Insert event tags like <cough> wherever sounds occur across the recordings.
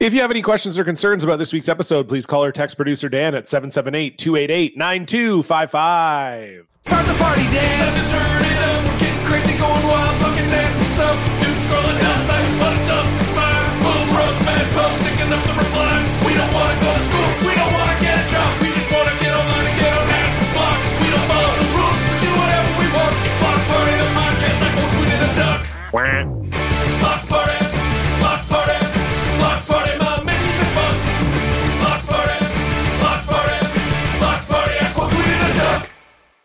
If you have any questions or concerns about this week's episode, please call or text producer Dan at 778 288 9255. Start the party, Dan. Time to turn it up. We're getting crazy, going wild, talking nasty stuff. Dudes scrolling outside, what a dump. Fire, boom, roast, mad pub, sticking up the replies. We don't want to go to school. We don't want to get a job. We just want to get online and get on ass and block. We don't follow the rules. We do whatever we want. It's block party, the podcast like we're tweeting a duck. Block party, block party, block party, my message is fun. Block party, block party, block party, I quote tweeting a duck.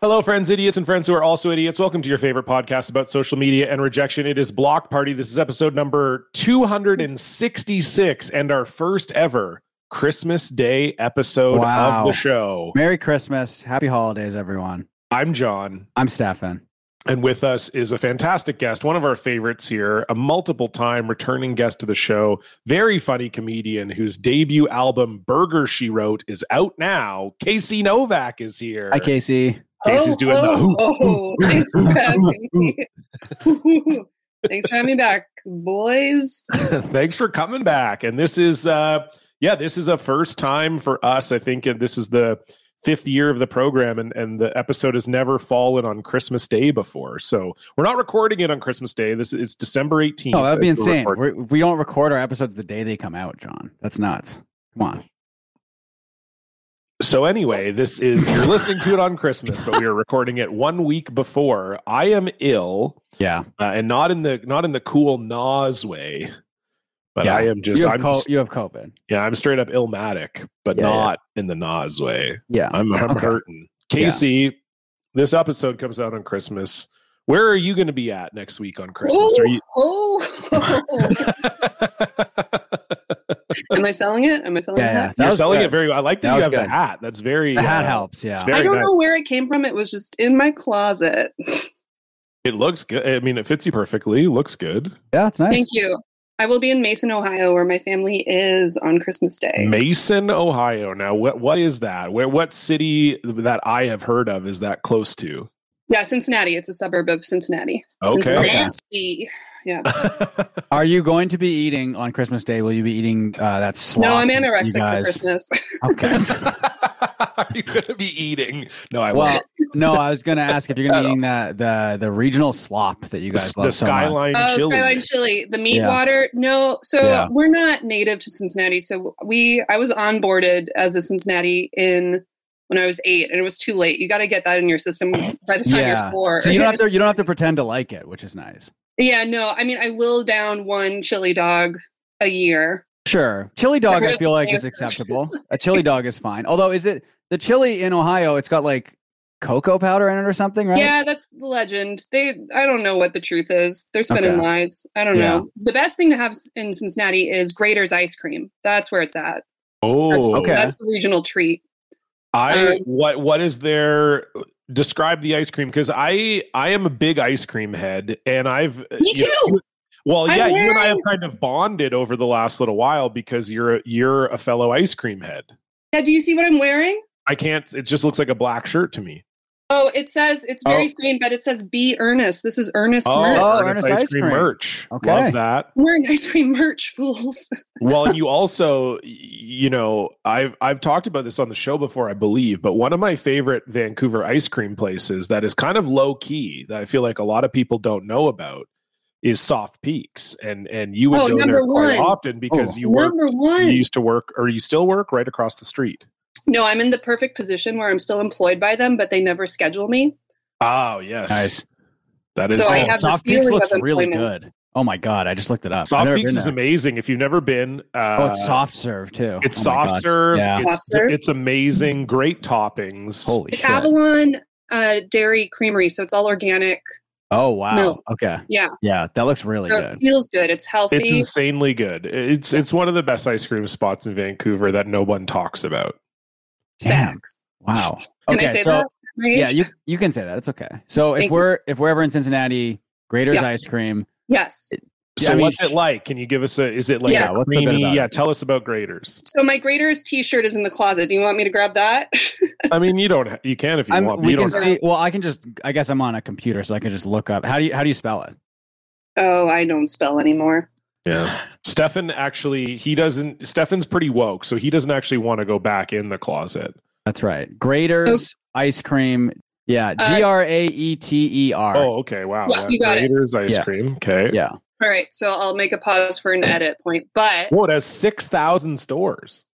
Hello, friends, idiots, and friends who are also idiots. Welcome to your favorite podcast about social media and rejection. It is Block Party. This is episode number 266 and our first ever Christmas Day episode of Wow. the show. Merry Christmas. Happy holidays, everyone. I'm John, I'm Stefan. and with us is a fantastic guest, one of our favorites here, a multiple time returning guest to the show, very funny comedian whose debut album, Burger She Wrote, is out now. Casey Novak is here. Hi, Casey. Casey's doing the hoo, oh, thanks for having me. <laughs> thanks for having me back, boys. Thanks for coming back. And this is uh yeah, this is a first time for us. I think and this is the fifth year of the program and, and the episode has never fallen on Christmas Day before. So we're not recording it on Christmas Day. This it's December 18th. Oh, that'd be as we're insane. recording. We're, we don't record our episodes the day they come out, John. That's nuts. Come on. So anyway, this is you're listening to it on Christmas, but we are recording it one week before. I am ill, Yeah. uh, and not in the not in the cool Nas way, but Yeah. I am just you, have I'm co- you have COVID. yeah I'm straight up illmatic, but Yeah, yeah. not in the Nas way. Yeah. I'm, I'm Okay. hurting. Yeah. Casey, this episode comes out on Christmas. Where are you going to be at next week on Christmas? Oh, Are you? oh. am I selling it? Am I selling Yeah, yeah. that? That You're was selling good. it very well. I like that, That you was have the good. hat. That's very The hat uh, helps. Yeah. it's very I don't nice. know where it came from. It was just in my closet. It looks good. I mean, it fits you perfectly. Looks good. Yeah, it's nice. Thank you. I will be in Mason, Ohio, where my family is on Christmas Day. Mm. Mason, Ohio. Now, what what is that? Where what city that I have heard of is that close to? yeah, Cincinnati. It's a suburb of Cincinnati. Okay. Cincinnati. Yeah. Are you going to be eating on Christmas Day? Will you be eating uh, that slop? No, I'm that you anorexic for guys- Christmas. <laughs> Okay. <laughs> Are you going to be eating? No, I well, won't. no, I was going to ask if <laughs> you're going That- to be eating that the the regional slop that you The, guys the love so much. skyline Oh, chili. Skyline Chili, the meat Yeah. water. No, so Yeah. we're not native to Cincinnati. So we, I was onboarded as a Cincinnati in when I was eight, and it was too late. You got to get that in your system by the time Yeah. you're four. So you <laughs> don't have to you don't have to pretend to like it, which is nice. <laughs> yeah, no, I mean, I will down one chili dog a year. Sure. Chili dog, I Really? feel like, is acceptable. A chili dog is fine. Although, is it the chili in Ohio? It's got like cocoa powder in it or something, right? Yeah, that's the legend. They, I don't know what the truth is. They're spinning Okay. lies. I don't Yeah. know. The best thing to have in Cincinnati is Grater's ice cream. That's where it's at. That's, oh, okay. That's the regional treat. I Um, what what is there? Describe the ice cream because I I am a big ice cream head, and I've me too! well, I'm yeah, you and I have wearing- kind of bonded over the last little while because you're a- you're a fellow ice cream head. Yeah, do you see what I'm wearing? I can't. It just looks like a black shirt to me. Oh, it says it's very Oh. faint, but it says be earnest. This is earnest merch. Oh, Ernest ice cream. merch. Okay. Love that. I'm wearing ice cream merch, <laughs> fools. well and you also y- you know i've i've talked about this on the show before i believe but one of my favorite vancouver ice cream places that is kind of low key that i feel like a lot of people don't know about is soft peaks and and you would Oh, go number there quite one. often because Oh. you work Number you one. used to work or you still work right across the street No, I'm in the perfect position where I'm still employed by them, but they never schedule me. oh yes Nice. that is So I awesome. have the Soft Peaks feeling of looks really employment. good. Oh my god, I just looked it up. I've soft never peaks been is there. amazing if you've never been uh Oh, it's soft serve too. it's Oh my soft God. serve. Yeah. It's, Soft serve? it's amazing. Great toppings. Holy It's shit! Avalon uh, Dairy Creamery, so it's all organic. oh wow. milk. Okay. Yeah. Yeah, that looks really So good. it feels good. It's healthy. It's insanely good. It's it's one of the best ice cream spots in Vancouver that no one talks about. Damn. Facts. Wow. Can Okay. I say so that? Henry? yeah, you you can say that. It's okay. So Thank if you. we're if we're ever in Cincinnati, Grater's Yeah. ice cream. Yes. So Yeah, I mean, what's it like? Can you give us a? Is it like Yeah, a what's a bit creamy? about Yeah, it? tell us about graders. So my Grater's T-shirt is in the closet. Do you want me to grab that? <laughs> I mean, you don't. ha- You can if you I'm, want. But we you can don't. see. Well, I can just. I guess I'm on a computer, so I can just look up. How do you how do you spell it? oh, I don't spell anymore. Yeah. Stefan actually, he doesn't, Stefan's pretty woke, so he doesn't actually want to go back in the closet. That's right. Graters, ice cream. Yeah. Uh, G R A E T E R. Oh, okay. Wow. Yeah, you got it. Raiders ice Yeah. cream. Okay. Yeah. All right, so I'll make a pause for an edit point, but Well, it has 6,000 stores.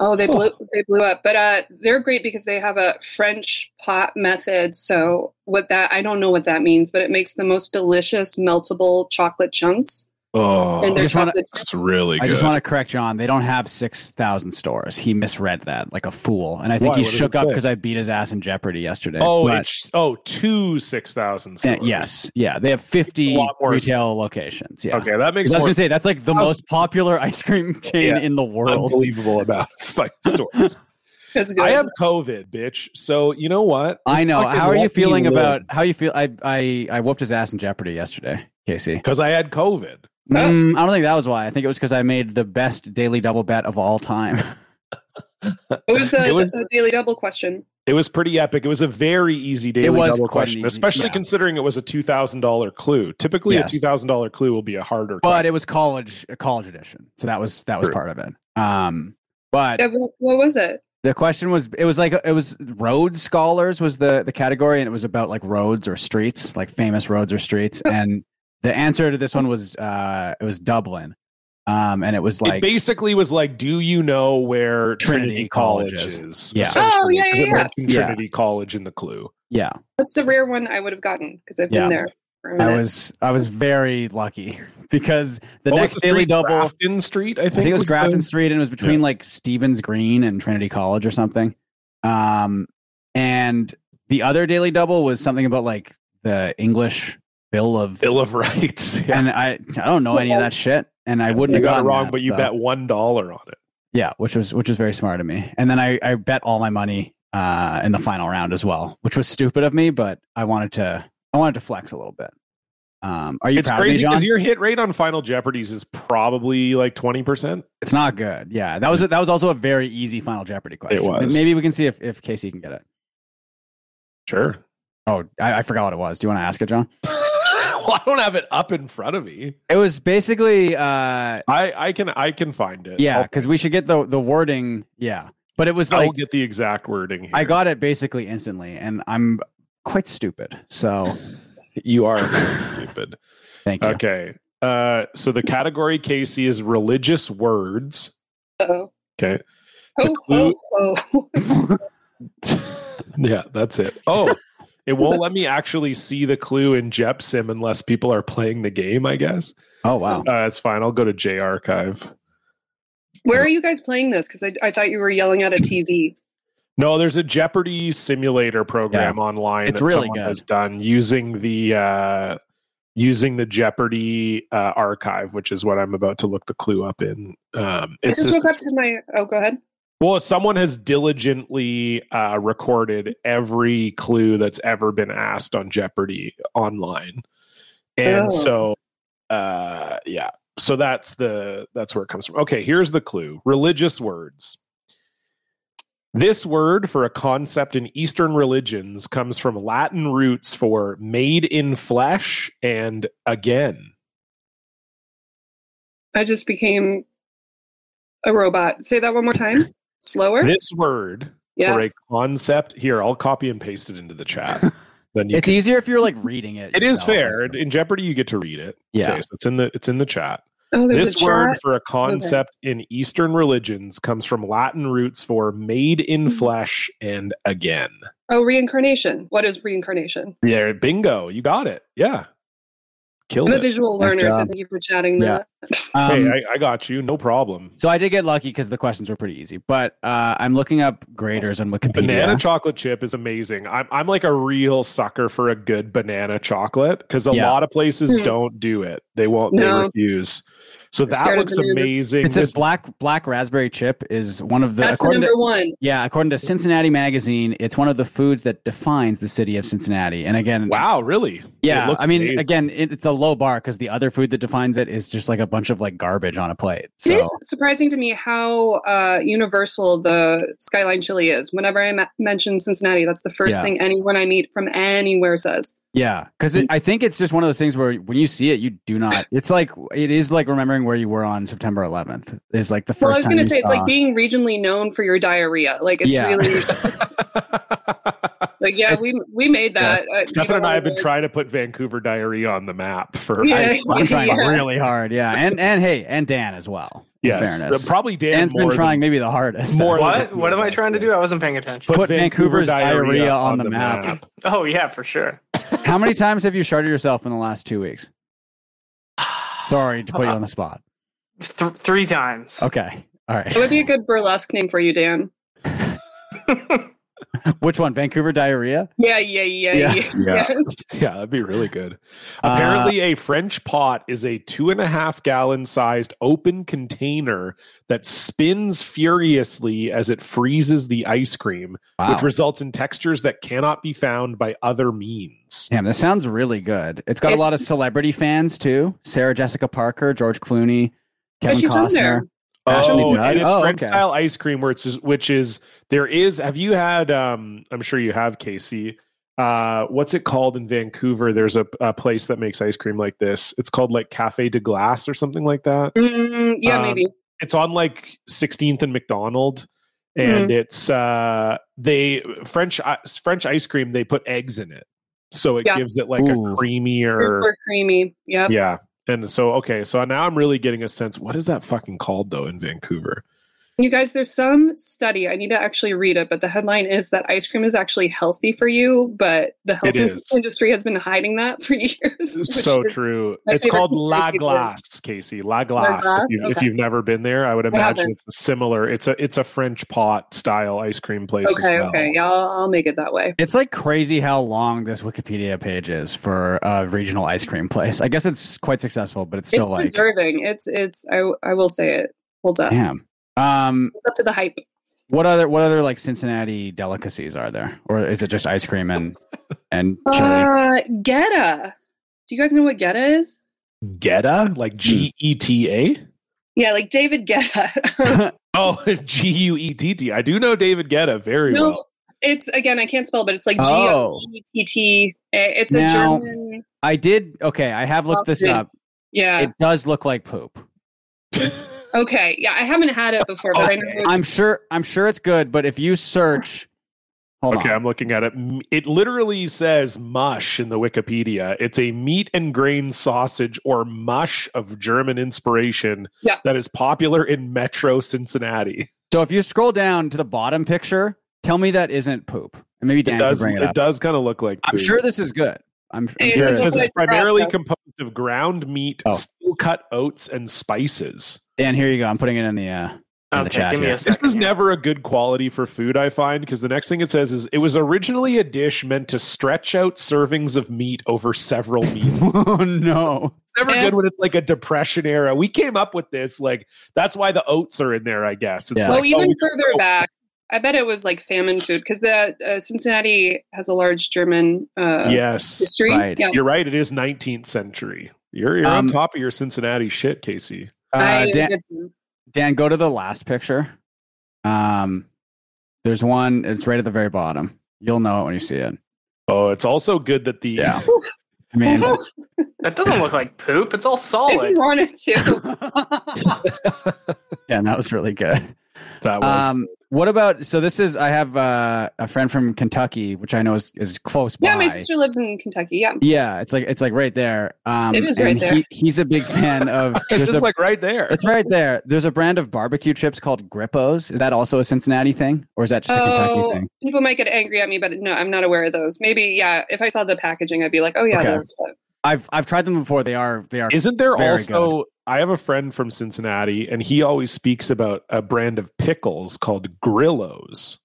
oh, they blew they blew up. But uh, they're great because they have a French pot method. So what that I don't know what that means, but it makes the most delicious meltable chocolate chunks. Oh, and I their just wanna- chocolate that's really I good. just want to correct John. They don't have 6,000 stores. He misread that like a fool. And I think Why? he What does shook it up say? because I beat his ass in Jeopardy yesterday. oh, But- it's, oh, two 6,000 eh, stores. yes. Yeah. They have 50 A lot more- retail locations. Yeah. Okay. That 'Cause makes I more was going to say, that's like the Thousand- most popular ice cream chain Yeah. in the world. unbelievable about <laughs> <laughs> five stores. That's good. I have COVID, bitch. So you know what? I know. How are you feeling about how you feel? I, I, I whooped his ass in Jeopardy yesterday, Casey. Because I had COVID. Mm, I don't think that was why. I think it was because I made the best daily double bet of all time. it was the, it was- the daily double question. It was pretty epic. It was a very easy daily was double quite an question, easy- especially yeah. considering it was a two thousand dollar clue. Typically, Yes. a two thousand dollar clue will be a harder. but it was college a college edition so that was that was True. part of it um but Yeah, Uh, wh- what was it? the question was it was like it was Rhodes scholars was the the category and it was about like roads or streets like famous roads or streets and the answer to this one was uh it was dublin um and it was It like basically was like, do you know where Trinity Trinity, College College is? is. Yeah. essentially, Oh, yeah, 'cause it yeah, yeah. mentioned Yeah. Trinity College in the clue. yeah That's the rare one I would have gotten because I've Yeah. been there for a minute. i was i was very lucky <laughs> because the What was next daily street? double Grafton Street. I I think, think it was the- Grafton Street, and it was between like Stevens Green and Trinity College or something. Um, and the other Daily Double was something about like the English Bill of, Bill of Rights. Yeah. and I I don't know any of that shit, and I wouldn't you have got gotten it wrong, that, but you so- bet one dollar on it. yeah, which was which was very smart of me. And then I I bet all my money uh in the final round as well, which was stupid of me, but I wanted to I wanted to flex a little bit. Um, are you It's proud crazy of me, because John? your hit rate on Final Jeopardies is probably like twenty percent. It's not good. Yeah, that was that was also a very easy Final Jeopardy question. was. Maybe we can see if if Casey can get it. Sure. Oh, I, I forgot what it was. Do you want to ask it, John? <laughs> well, I don't have it up in front of me. It was basically, uh, I I can I can find it. yeah, I'll, because we should get the the wording. Yeah, but it was I'll like get the exact wording. Here. I got it basically instantly, and I'm quite stupid. So <laughs> you are very stupid. <laughs> thank you. Okay. Uh, so the category Casey is religious words. <laughs> Uh-oh. Okay. Ho, ho, ho. <laughs> Yeah, that's it. Oh, it won't let me actually see the clue in Jep Sim unless people are playing the game. I guess. Oh wow. Uh, that's fine. I'll go to J Archive. Where are you guys playing this? Because I, I thought you were yelling at a TV. No, there's a Jeopardy simulator program online It's that really someone good. has done using the uh, using the Jeopardy uh, archive, which is what I'm about to look the clue up in. Um, I it's just woke up just, to my. Oh, go ahead. well, someone has diligently uh, recorded every clue that's ever been asked on Jeopardy online, and Oh. so uh, yeah, so that's the that's where it comes from. Okay, here's the clue: religious words. This word for a concept in Eastern religions comes from Latin roots for made in flesh and again. I just became a robot. Say that one more time. Slower. This word yeah. for a concept here, I'll copy and paste it into the <laughs> chat. then you It's easier if you're like reading it. it is yourself. fair. In Jeopardy you get to read it. Yeah. Okay, so it's in the it's in the chat. Oh, there's this a word chat. for a concept in Eastern religions comes from Latin roots for made in Mm-hmm. flesh and again. Oh, reincarnation. What is reincarnation? There, bingo. You got it. Yeah. Killed I'm a it. visual Nice learner, so job. thank you for chatting Yeah. that. Um, hey, I, I got you. No problem. so I did get lucky because the questions were pretty easy. But uh, I'm looking up graders on Wikipedia. Banana chocolate chip is amazing. I'm I'm like a real sucker for a good banana chocolate because a Yeah. lot of places Hmm. don't do it. They won't. No. They refuse. So that scared of looks bananas. amazing. It says This- black black raspberry chip is one of the That's the according to- number one. Yeah, according to Cincinnati Magazine, it's one of the foods that defines the city of Cincinnati. And again, wow, really? It yeah, looks I mean, amazing. again, it, it's a low bar because the other food that defines it is just like a bunch of like garbage on a plate. So It is surprising to me how uh, universal the skyline chili is. Whenever I ma- mention Cincinnati, that's the first Yeah. thing anyone I meet from anywhere says. Yeah, because I think it's just one of those things where when you see it, you do not. It's like it is like remembering where you were on September 11th. Is like the first. well, I was time going to you say it's saw- like being regionally known for your diarrhea. Like it's Yeah. <laughs> really like yeah, It's- we we made that. Uh, you Stefan and know, I have been like- trying to put Vancouver diarrhea on the map for Yeah. I'm trying <laughs> Yeah. really hard. Yeah, and and hey, and Dan as well. in yes, fairness. probably Dan Dan's more been than- trying maybe the hardest. more than- What? What am I trying to do? I wasn't paying attention. Put Vancouver's diarrhea on the map. <laughs> Oh yeah, for sure. How many times have you sharded yourself in the last two <sighs> weeks? Sorry to put you on the spot. Th- three times. Okay. All right. <laughs> That would be a good burlesque name for you, Dan. Which one? Vancouver diarrhea? Yeah, yeah, yeah, Yeah. yeah. Yeah. Yeah, that'd be really good. Uh, Apparently, a French pot is a two and a half gallon sized open container that spins furiously as it freezes the ice cream, Uh, Wow. which results in textures that cannot be found by other means. Damn, this sounds really good. It's got a It's- lot of celebrity fans too. Sarah Jessica Parker, George Clooney, Kevin she's from Costner. there. Ashley Oh, Judd? and it's Oh, French okay. style ice cream, where it's just- which is there is. Have you had? um I'm sure you have, Casey. Uh, what's it called in Vancouver? There's a, a place that makes ice cream like this. It's called like Cafe de Glace or something like that. Mm, yeah, Um, maybe. it's on like 16th and McDonald and it's uh they french i- french ice cream they put eggs in it so it Yeah. gives it like Ooh. a creamier Super creamy. Yep. yeah and so okay so now i'm really getting a sense what is that fucking called though in vancouver You guys, there's some study. I need to actually read it, but the headline is that ice cream is actually healthy for you, but the health in- is. industry has been hiding that <laughs> for years. which so is- true my it's favorite called la conspiracy theory. glace casey la glace, Glace? If, you, if Okay. you've never been there i would imagine haven't. it's a similar it's a it's a french pot style ice cream place as Okay, well. okay. Yeah, I'll, I'll make it that way. It's like crazy how long this Wikipedia page is for a regional ice cream place. I guess it's quite successful, but it's still it's like preserving. It's it's. I w- I will say it. Hold up. damn. Um, Hold up to the hype. what other what other like Cincinnati delicacies are there, or is it just ice cream and <laughs> and chili? Uh, Geta. Do you guys know what Geta is? geta like E g-e-t-a Yeah, like <laughs> David Geta. Oh, G U E T T. I do know David Guetta very no, well. it's again. I can't spell, but it's like G Oh. O E T T. It's a Now- German. I did okay. I have looked this Austin. up. Yeah. It does look like poop. okay. Yeah, I haven't had it before, but I know Okay. it's, I'm sure. I'm sure it's good, but if you search, hold Okay, on. I'm looking at it. M- It literally says mush in the Wikipedia. It's a meat and grain sausage or mush of German inspiration Yeah. that is popular in metro Cincinnati. So if you scroll down to the bottom picture, tell me that isn't poop, and maybe Dan it does can bring it, it up. does kind of look like I'm poop. sure this is good. I'm, I'm Hey, sure it it looks says is. like- it's primarily processed. composed of ground meat, Oh. steel cut oats, and spices. Dan, here you go. I'm putting it in the. Uh, <laughs> <laughs> In the Okay, chat give me here. a This second. is here. never a good quality for food, I find, because the next thing it says is it was originally a dish meant to stretch out servings of meat over several meals. oh no! It's never Yeah. good when it's like a depression era. We came up with this, like that's why the oats are in there, I guess. It's Yeah. like Oh, even we- further back. I bet it was like famine food because uh, uh, Cincinnati has a large German uh, yes, history. Right. Yeah. you're right. It is 19th century. You're you're on Um, top of your Cincinnati shit, Casey. Uh, I- Dan, <laughs> it's- Dan, go to the last picture. Um, there's one. It's right at the very bottom. You'll know it when you see it. Oh, it's also good that the Yeah. I <laughs> mean, That doesn't look like poop. <laughs> It's all if solid. you wanted to, Dan, that was really good. <laughs> that was Um, what about? So this is. I have uh, a friend from Kentucky, which I know is, is close by. yeah, my sister lives in Kentucky. Yeah, Yeah, it's like it's like right there. Um, It is and right there. He, he's a big <laughs> fan of. it's there's just a- like right there. it's right there. There's a brand of barbecue chips called Grippos. Is that also a Cincinnati thing, or is that just a Oh, Kentucky thing? people might get angry at me, but no, I'm not aware of those. Maybe, yeah, if I saw the packaging, I'd be like, oh yeah, Okay. those. But I've I've tried them before. They are they are. Isn't there Very also? I have a friend from Cincinnati, and he always speaks about a brand of pickles called Grillos.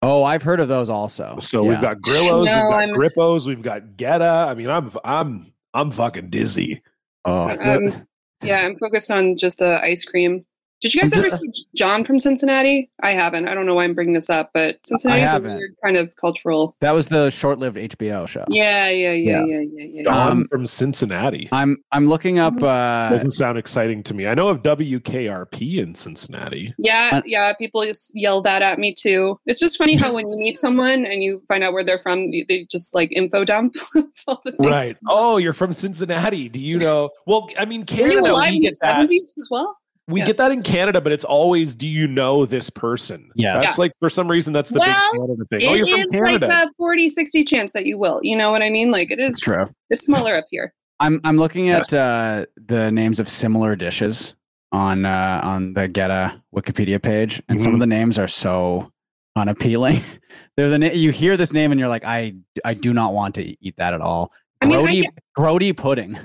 oh, I've heard of those also. So Yeah. we've got Grillos, No, we've I'm- got Grippos, we've got Geta. I mean, I'm I'm I'm fucking dizzy. Oh, Um, yeah, I'm focused on just the ice cream Did you guys ever see John from Cincinnati? I haven't. I don't know why I'm bringing this up, but Cincinnati is a haven't. weird kind of cultural. That was the short-lived HBO show. Yeah, yeah, yeah, Yeah. yeah, yeah, yeah. Don Um, from Cincinnati. I'm I'm looking up. Mm-hmm. Uh, Doesn't sound exciting to me. I know of WKRP in Cincinnati. Yeah, Uh, yeah. People just yell that at me too. It's just funny <laughs> how when you meet someone and you find out where they're from, you- they just like info dump <laughs> all the things. Right. Oh, you're from Cincinnati. Do you know? Well, I mean, Were Canada, you alive we in the get that. seventies as well? We Yeah. get that in Canada, but it's always, do you know this person? Yes. That's like, for some reason, that's the Well, big Canada thing. Oh, It you're from is like Canada. a 40, 60 chance that you will. You know what I mean? Like it is. it's true. It's smaller up here. I'm I'm looking at uh, the names of similar dishes on uh, on the Geta Wikipedia page, and Mm-hmm. some of the names are so unappealing. <laughs> They're the na- you hear this name and you're like, I I do not want to eat that at all. I mean, I Grody get- Grody pudding.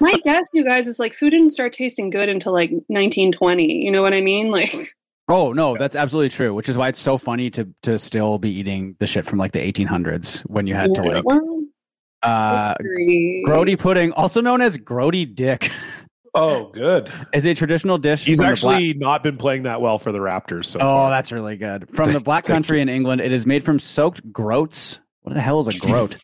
My guess, you guys, is like food didn't start tasting good until like 1920. You know what I mean? Like, Oh no, that's absolutely true. Which is why it's so funny to to still be eating the shit from like the 1800s when you <laughs> had to like well, uh, history. Grody pudding, also known as Grody dick, <laughs> Oh, good. is a traditional dish. He's from the actually not been playing that well for the Raptors. So Oh, far. that's really good. From <laughs> the Black Country in England, it is made from soaked groats. What the hell is <laughs> a groat?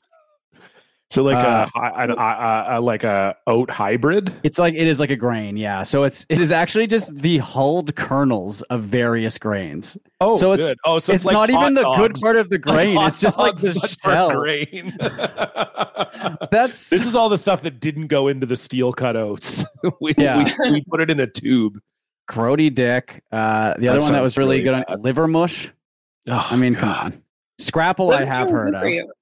so like uh, a, hi- an, a, a, a like a oat hybrid. it's like it is like a grain, yeah. So it's it is actually just the hulled kernels of various grains. Oh, So it's- good. oh, so it's not hot even the good dogs. <laughs> part of the grain. hot it's just like dogs, the but for shell. grain. <laughs> That's this is all the stuff that didn't go into the steel cut oats. <laughs> we, Yeah. we, we put it in a tube. grody dick. Uh, the other That one that was sounds really, really good on liver mush. Oh, I mean, come God. on. Scrapple, I Those have are heard good for of. you.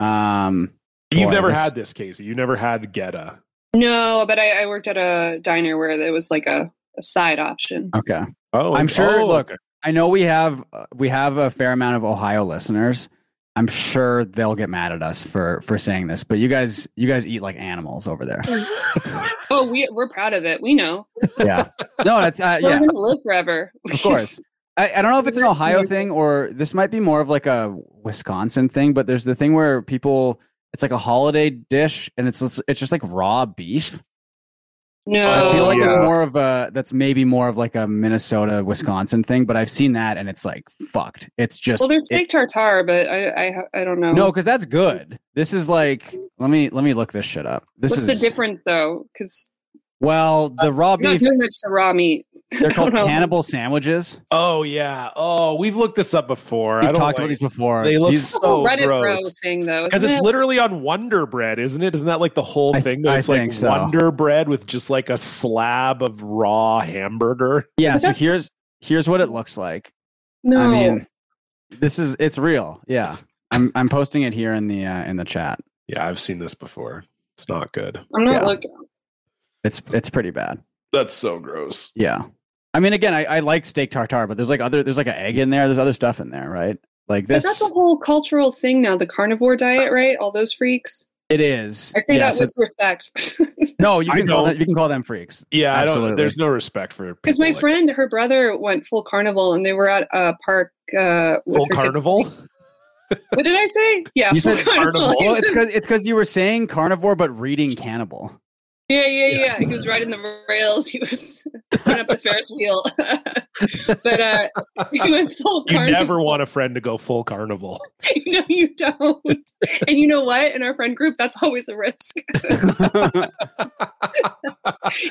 Um, You've Boy, never this- had this, Casey. You never had Geta. No, but I, I worked at a diner where it was like a, a side option. okay. Oh, I'm sure- oh, look, okay. I know we have uh, we have a fair amount of Ohio listeners. I'm sure they'll get mad at us for for saying this, but you guys you guys eat like animals over there. Oh, we, we're proud of it. We know. Yeah. No, that's uh, We're yeah, going to live forever. of course. I, I don't know if it's an Ohio thing or this might be more of like a Wisconsin thing, but there's the thing where people it's like a holiday dish and it's it's just like raw beef. No. I feel like it's yeah. more of a that's maybe more of like a Minnesota Wisconsin thing, but I've seen that and it's like fucked. It's just well, there's it- steak tartare, but I, I ha- I don't know. No, because that's good. This is like let me let me look this shit up. This What's is the difference though? Because well the raw you're not beef. doing that to raw meat. They're called know. cannibal sandwiches. oh yeah. Oh, we've looked this up before. I We've don't talked about like- these before. They look These- The whole so Reddit bro gross. thing though. Because isn't it's it? literally on Wonder Bread, isn't it? Isn't that like the whole I- thing? That I it's like think so. Wonder Bread with just like a slab of raw hamburger. yeah. But So that's- here's here's what it looks like. no. I mean, this is it's real. Yeah, I'm I'm posting it here in the uh, in the chat. Yeah, I've seen this before. It's not good. I'm not yeah. looking. It's it's pretty bad. That's so gross. Yeah. I mean, again, I, I like steak tartare, but there's like other there's like an egg in there. There's other stuff in there, right? Like But this. that's a whole cultural thing now. The carnivore diet, right? All those freaks. it is. I say Yeah, that so- with respect. <laughs> no, you I can call don't- them, you can call them freaks. Yeah, I don't. Absolutely. There's no respect for Because people my like- friend, her brother went full carnival, and they were at a park. Uh, with full her kids. carnival. What did I say? <laughs> Yeah, You full said carnival. Well, <laughs> it's because it's because you were saying carnivore but reading cannibal. <laughs> Yeah, yeah, yeah. Yes. He was riding the rails. He was going up the Ferris wheel. <laughs> but uh, he went full You carnival. <laughs> never want a friend to go full carnival. no, you don't. and you know what? In our friend group, that's always a risk. <laughs>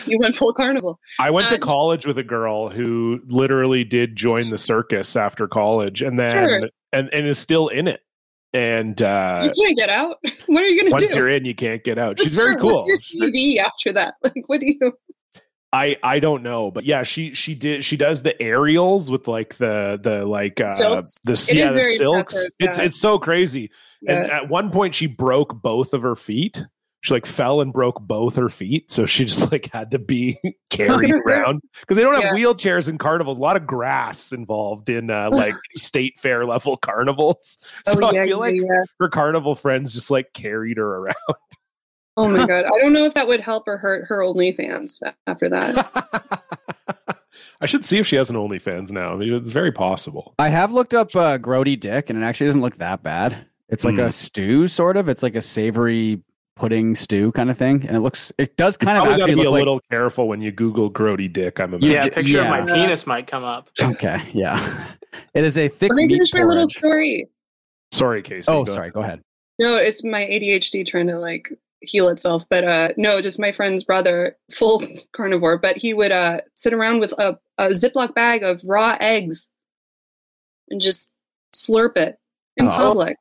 you went full carnival. I went to Uh, college with a girl who literally did join the circus after college, and then Sure. and and is still in it. And uh, you can't get out. <laughs> What are you going to once do? <laughs> you're in, you can't get out. She's What's very your- cool. What's your CV after that? <laughs> Like, what do you? I I don't know, but yeah, she she did she does the aerials with like the the like uh, Silks. the It yeah is the very silks. impressive, It's yeah. it's so crazy. And Yeah. at one point, she broke both of her feet. She like fell and broke both her feet, so she <laughs> just like had to be <laughs> <laughs> carried gonna hurt. around because they don't have Yeah. wheelchairs in carnivals. A lot of grass involved in <laughs> uh, like state fair level <laughs> carnivals. So Oh, yeah, I feel like yeah, yeah. her carnival friends just like carried her around. Oh my god! I don't know if that would help or hurt her OnlyFans <laughs> after that. I should see if she has an OnlyFans now. I mean, it's very possible. I have looked up uh, Grody Dick, and it actually doesn't look that bad. It's like Hmm. a stew, sort of. It's like a savory pudding stew kind of thing, and it looks it does kind of Probably got actually to be a look like little careful when you Google Grody Dick. I'm imagining. Yeah, a picture yeah. of my penis might come up. <laughs> okay, yeah. <laughs> It is a thick Let me meat finish my little porridge. story. Sorry, Casey. Oh, go sorry. Go ahead. No, it's my ADHD trying to like heal itself. But uh no, just my friend's brother, full <laughs> carnivore, but he would uh sit around with a, a Ziploc bag of raw eggs and just slurp it in <laughs> Oh. public.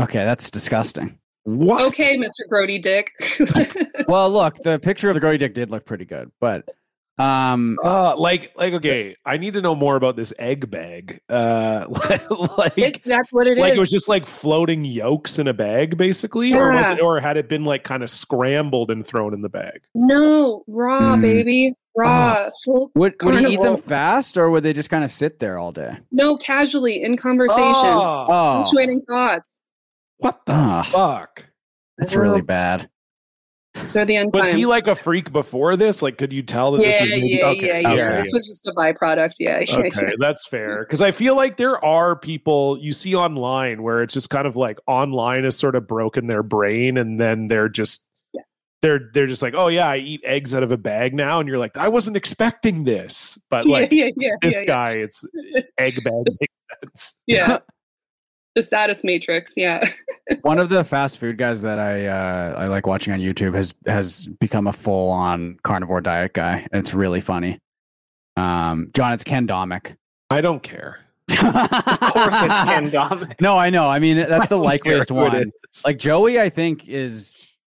Okay, that's disgusting. What? Okay, Mr. Grody Dick. <laughs> Well, look, the picture of the grody dick did look pretty good, but um, Uh, like, like, okay. I need to know more about this egg bag. Uh, <laughs> like, It- that's what it is. like it was just like floating yolks in a bag, basically, or was Yeah. it, or had it been like kind of scrambled and thrown in the bag? no, raw, Hmm. Mm. baby. Raw. Ah. Full, would would he eat them Carnivals. fast or would they just kind of sit there all day? no, casually in conversation. Oh, Oh, Punctuating thoughts. what the Ah. fuck? that's really bad. So the end Was time. he like a freak before this? Like, could you tell that this yeah, is maybe- yeah, okay, yeah, yeah, okay. This was just a byproduct. Yeah, <laughs> yeah, yeah. Okay, that's <laughs> fair. Because I feel like there are people you see online where it's just kind of like online has sort of broken their brain, and then they're just Yeah. they're they're just like, oh yeah, I eat eggs out of a bag now, and you're like, I wasn't expecting this, but Yeah, <laughs> like yeah, yeah, this yeah, yeah. guy, it's egg <laughs> bag makes sense. Yeah. the saddest matrix. Yeah. One of the fast food guys that I uh, I like watching on YouTube has has become a full on carnivore diet guy. and It's really funny. Um, John, it's Ken Domick. I don't <laughs> care. Of course, it's Ken Dominic. <laughs> No, I know. I mean, <laughs> that's the likeliest Care who it one. is. Like Joey, I think is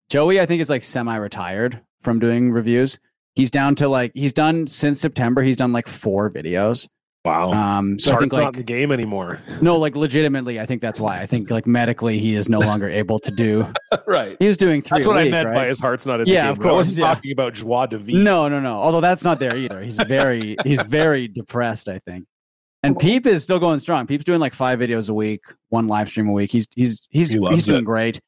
Joey. I think is like semi-retired from doing reviews. He's down to like he's done since September. He's done like four videos. wow. Um, so Sark's I think not in the like game anymore. no, like legitimately, I think that's why. I think like medically, he is no longer able to do. <laughs> right. He was doing three. That's a what I week, meant right? by his heart's not in Yeah, the game. of I course, wasn't yeah. talking about joie de vivre. No, no, no. Although that's not there either. He's very he's very depressed, I think. And Peep is still going strong. Peep's doing like five videos a week, one live stream a week. He's he's he's He loves he's doing it. great.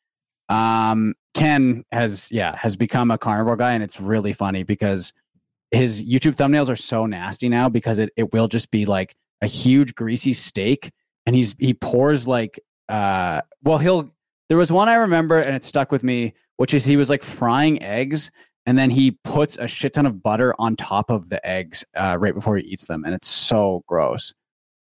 Um Ken has yeah, has become a carnivore guy and it's really funny because his YouTube thumbnails are so nasty now because it, it will just be like a huge greasy steak and he's he pours like uh well he'll there was one I remember and it stuck with me, which is he was like frying eggs and then he puts a shit ton of butter on top of the eggs uh, right before he eats them, and it's so gross.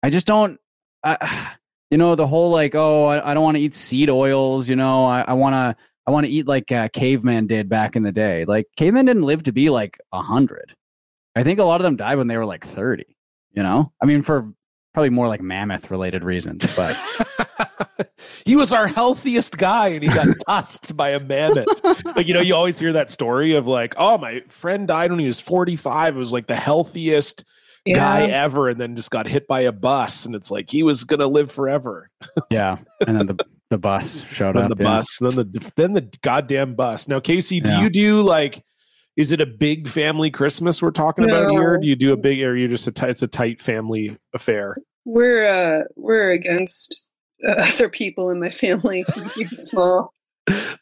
I just don't, I, <sighs> you know, the whole like, oh, I, I don't want to eat seed oils. You know, I, I want to, I want to eat like uh, caveman did back in the day. Like cavemen didn't live to be like a hundred. I think a lot of them died when they were like thirty. You know, I mean, for probably more like mammoth related reasons, <laughs> but he was our healthiest guy and he <laughs> got tossed by a mammoth. Like, you know, you always hear that story of like, oh, my friend died when he was 45. It was like the healthiest <laughs> guy ever and then just got hit by a bus. And it's like he was going to live forever. yeah. And then the the bus showed Then up. the yeah. bus, then the then the goddamn bus. Now, Casey, do Yeah. you do like is it a big family Christmas we're talking about No. here? Do you do a big or are you just a tight it's a tight family affair? We're uh we're against uh, <laughs> other people in my family. <laughs> Keep it small.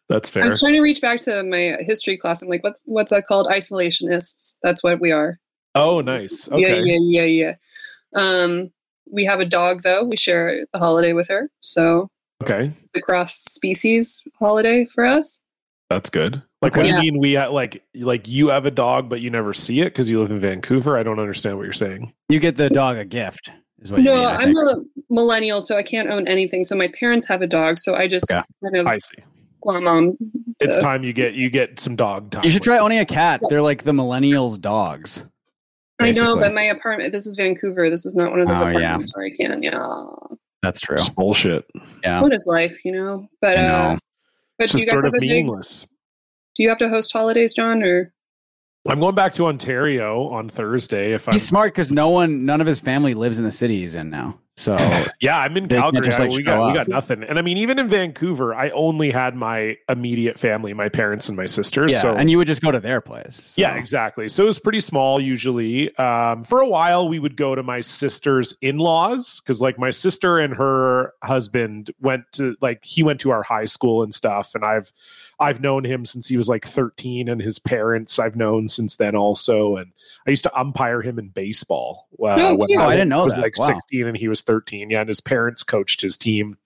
That's I fair. was trying to reach back to my history class. I'm like, what's what's that called? Isolationists. That's what we are. Oh, nice. Okay. Yeah, yeah, yeah, yeah. Um, we have a dog though. We share the holiday with her, so Okay. it's a cross species holiday for us. That's good. Like, what Okay. do you mean? We ha- like, like you have a dog, but you never see it because you live in Vancouver. I don't understand what you're saying. You get the dog a gift, is what you no, mean. I I'm think. a millennial, so I can't own anything. So my parents have a dog, so I just Okay. kind of I see. glom on. to- It's time you get you get some dog time. You should try owning a cat. They're like the millennials' dogs. I know, basically. but my apartment. This is Vancouver. This is not one of those Oh, yeah. Oh. apartments where I can. Yeah, That's true. It's bullshit. Yeah. what is life, you know? But I uh, know. but It's do you just guys sort of have a big? meaningless. Do you have to host holidays, John? Or I'm going back to Ontario on Thursday. uh, If I'm He's smart because no one, none of his family lives in the city he's in now. <laughs> So yeah, I'm in They can't Calgary. just, I- like, we show got we up. got nothing. And I mean, even in Vancouver, I only had my immediate family, my parents and my sisters. yeah, so and you would just go to their place. So. Yeah, <laughs> exactly. So it was pretty small usually. Um, for a while, we would go to my sister's in laws because, like, my sister and her husband went to like he went to our high school and stuff, and I've I've known him since he was like thirteen, and his parents I've known since then also, and I used to umpire him in baseball. Uh, Oh, when cute. Oh, I didn't know was that. like Wow. sixteen, and he was thirteen. Yeah, and his parents coached his team.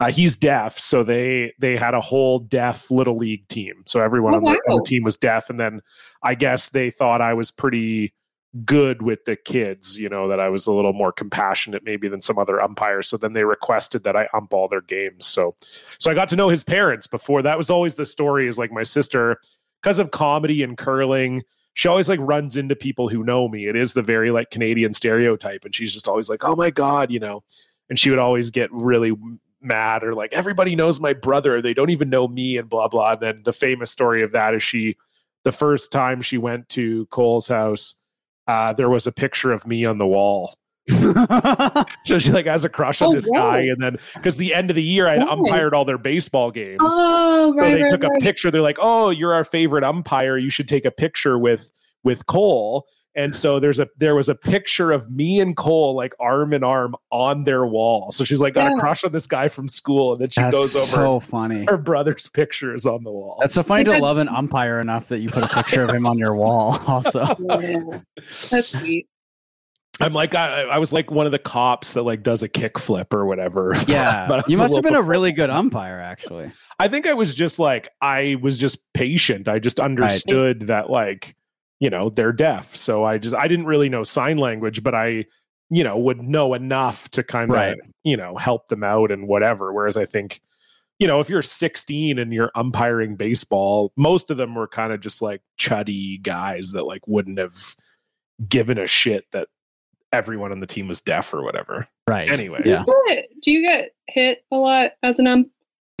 Uh, he's deaf, so they they had a whole deaf little league team. So everyone Oh, on, the, on wow. the team was deaf, and then I guess they thought I was pretty good with the kids. You know that I was a little more compassionate maybe than some other umpires. So then they requested that I ump all their games. So so I got to know his parents before. That was always the story. Is like my sister because of comedy and curling she always like runs into people who know me. It is the very like Canadian stereotype. And she's just always like, oh my God, you know. And she would always get really mad or like, everybody knows my brother. They don't even know me and blah, blah. And then the famous story of that is she, the first time she went to Cole's house, uh, there was a picture of me on the wall. <laughs> So she like has a crush on Oh, this wow. guy. And then because the end of the year, I had Wow. umpired all their baseball games Oh, so right, they right, took a right. picture they're like oh you're our favorite umpire you should take a picture with with cole and so there's a there was a picture of me and cole like arm in arm on their wall so she's like got a Yeah. crush on this guy from school and then she That's goes over so funny. her brother's picture is on the wall That's so funny to Because- love an umpire enough that you put a picture of him on your wall. <laughs> Also, <laughs> Wow. That's sweet. i'm like I, I was like one of the cops that like does a kickflip or whatever <laughs> But I yeah, was you a must little- have been a really good umpire, actually. I think I was just like I was just patient. I just understood that like you know they're deaf, so I just I didn't really know sign language, but I you know would know enough to kind of Right. you know help them out and whatever. Whereas I think you know if you're 16 and you're umpiring baseball, most of them were kind of just like chuddy guys that like wouldn't have given a shit that everyone on the team was deaf or whatever. Right. Anyway, Yeah. Do you get- Do you get hit a lot as an ump?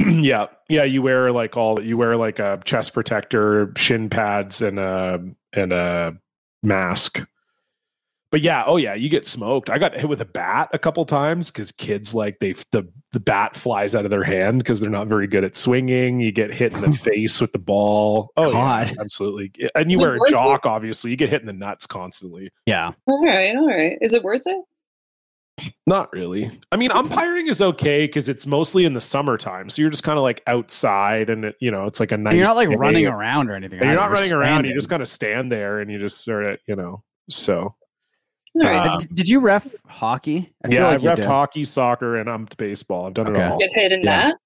<clears throat> yeah yeah you wear like all you wear like a chest protector shin pads and a and a mask but yeah oh yeah you get smoked i got hit with a bat a couple times because kids like they the, the bat flies out of their hand because they're not very good at swinging you get hit in the face with the ball oh yeah, God. absolutely and you So wear a was it- jock obviously you get hit in the nuts constantly Yeah. All right, all right. Is it worth it? not really. I mean, umpiring is okay because it's mostly in the summertime, so you're just kind of like outside, and it, you know it's like a nice. And you're not like day. running around or anything. And you're either. not running around. You standing. just kind of stand there, and you just sort of you know. So All right. Uh, Uh, d- Did you ref hockey? I yeah, I've you ref did. hockey, soccer, and umped baseball. I've done Okay. it all. get hit in yeah. that.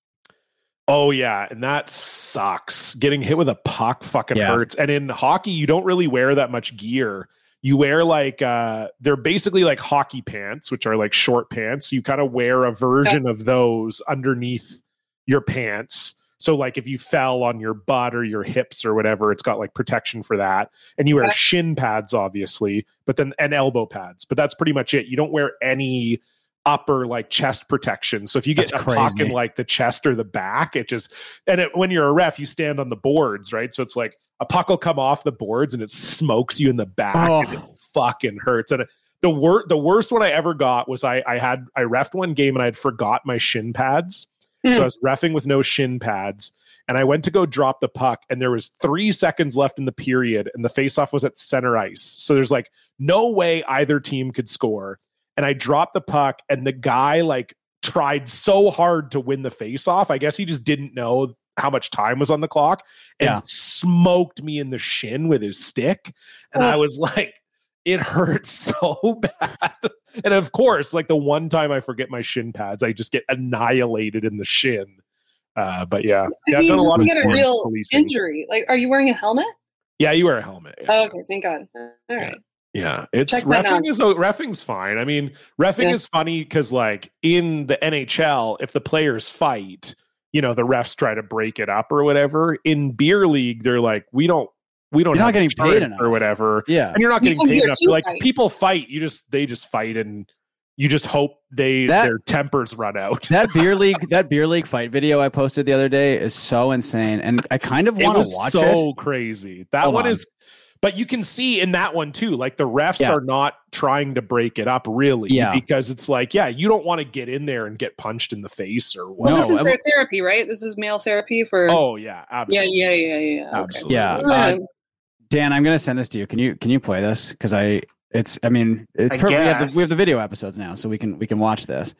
Oh yeah, and that sucks. Getting hit with a puck fucking Yeah. hurts. And in hockey, you don't really wear that much gear. You wear like uh they're basically like hockey pants, which are like short pants. You kind of wear a version of those underneath your pants. So like if you fell on your butt or your hips or whatever, it's got like protection for that. And you wear Yeah. shin pads obviously, but then and elbow pads. But that's pretty much it. You don't wear any upper like chest protection. So if you get That's a puck in crazy. like the chest or the back, it just and it, when you're a ref, you stand on the boards, right? So it's like a puck will come off the boards and it smokes you in the back. Oh. And it fucking hurts. And it- the wor- the worst one I ever got was I I had I refed one game and I had forgot my shin pads. So Hmm. I was refing with no shin pads. And I went to go drop the puck, and there was three seconds left in the period, and the faceoff was at center ice. So there's like no way either team could score. And I dropped the puck, and the guy like tried so hard to win the face off. I guess he just didn't know how much time was on the clock and Yeah. smoked me in the shin with his stick. And I Oh. was like, it hurts <laughs> so bad. And of course, like the one time I forget my shin pads, I just get annihilated in the shin. Uh, but yeah, yeah I I've mean, done a lot of you get a sports real policing. injury. Like, are you wearing a helmet? Yeah, you wear a helmet. Yeah. Oh, okay, thank God. All right. Yeah, it's Check that refing out. is oh, refing's fine. I mean, refing Yeah. is funny because like in the NHL, if the players fight, you know the refs try to break it up or whatever. In beer league, they're like, we don't, we don't. You're not have getting paid insurance or enough. whatever, Yeah. and you're not You getting can paid hear enough. two Like fight. people fight, you just they just fight and you just hope they That- their tempers run <laughs> out. That beer league, that beer league fight video I posted the other day is so insane, and I kind of It want to was watch so it. crazy. That Hold one on. is, but you can see in that one too, like the refs Yeah. are not trying to break it up really, Yeah. because it's like, yeah, you don't want to get in there and get punched in the face or what. Well, this No, is I'm- their therapy, right? This is male therapy for. Oh yeah, yeah, absolutely. yeah, yeah, yeah. Okay. Absolutely. Yeah. Uh, Dan, I'm gonna send this to you. Can you can you play this? Because I, it's I mean it's I perfect. We have, guess. the, we have the video episodes now, so we can we can watch this.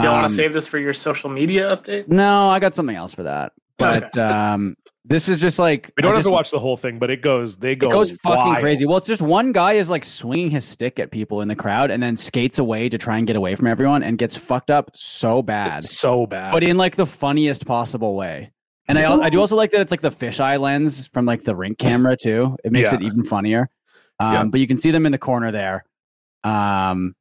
You don't want Um, to save this for your social media update? No, I got something else for that. But um, This is just like We don't I have just- to watch the whole thing, but it goes. They go. It goes fucking wild. crazy. Well, it's just one guy is like swinging his stick at people in the crowd and then skates away to try and get away from everyone and gets fucked up so bad, It's so bad. but in like the funniest possible way. And I, al- I do also like that it's like the fisheye lens from like the rink camera too. It makes Yeah. it even funnier. Um, Yeah. But you can see them in the corner there, um,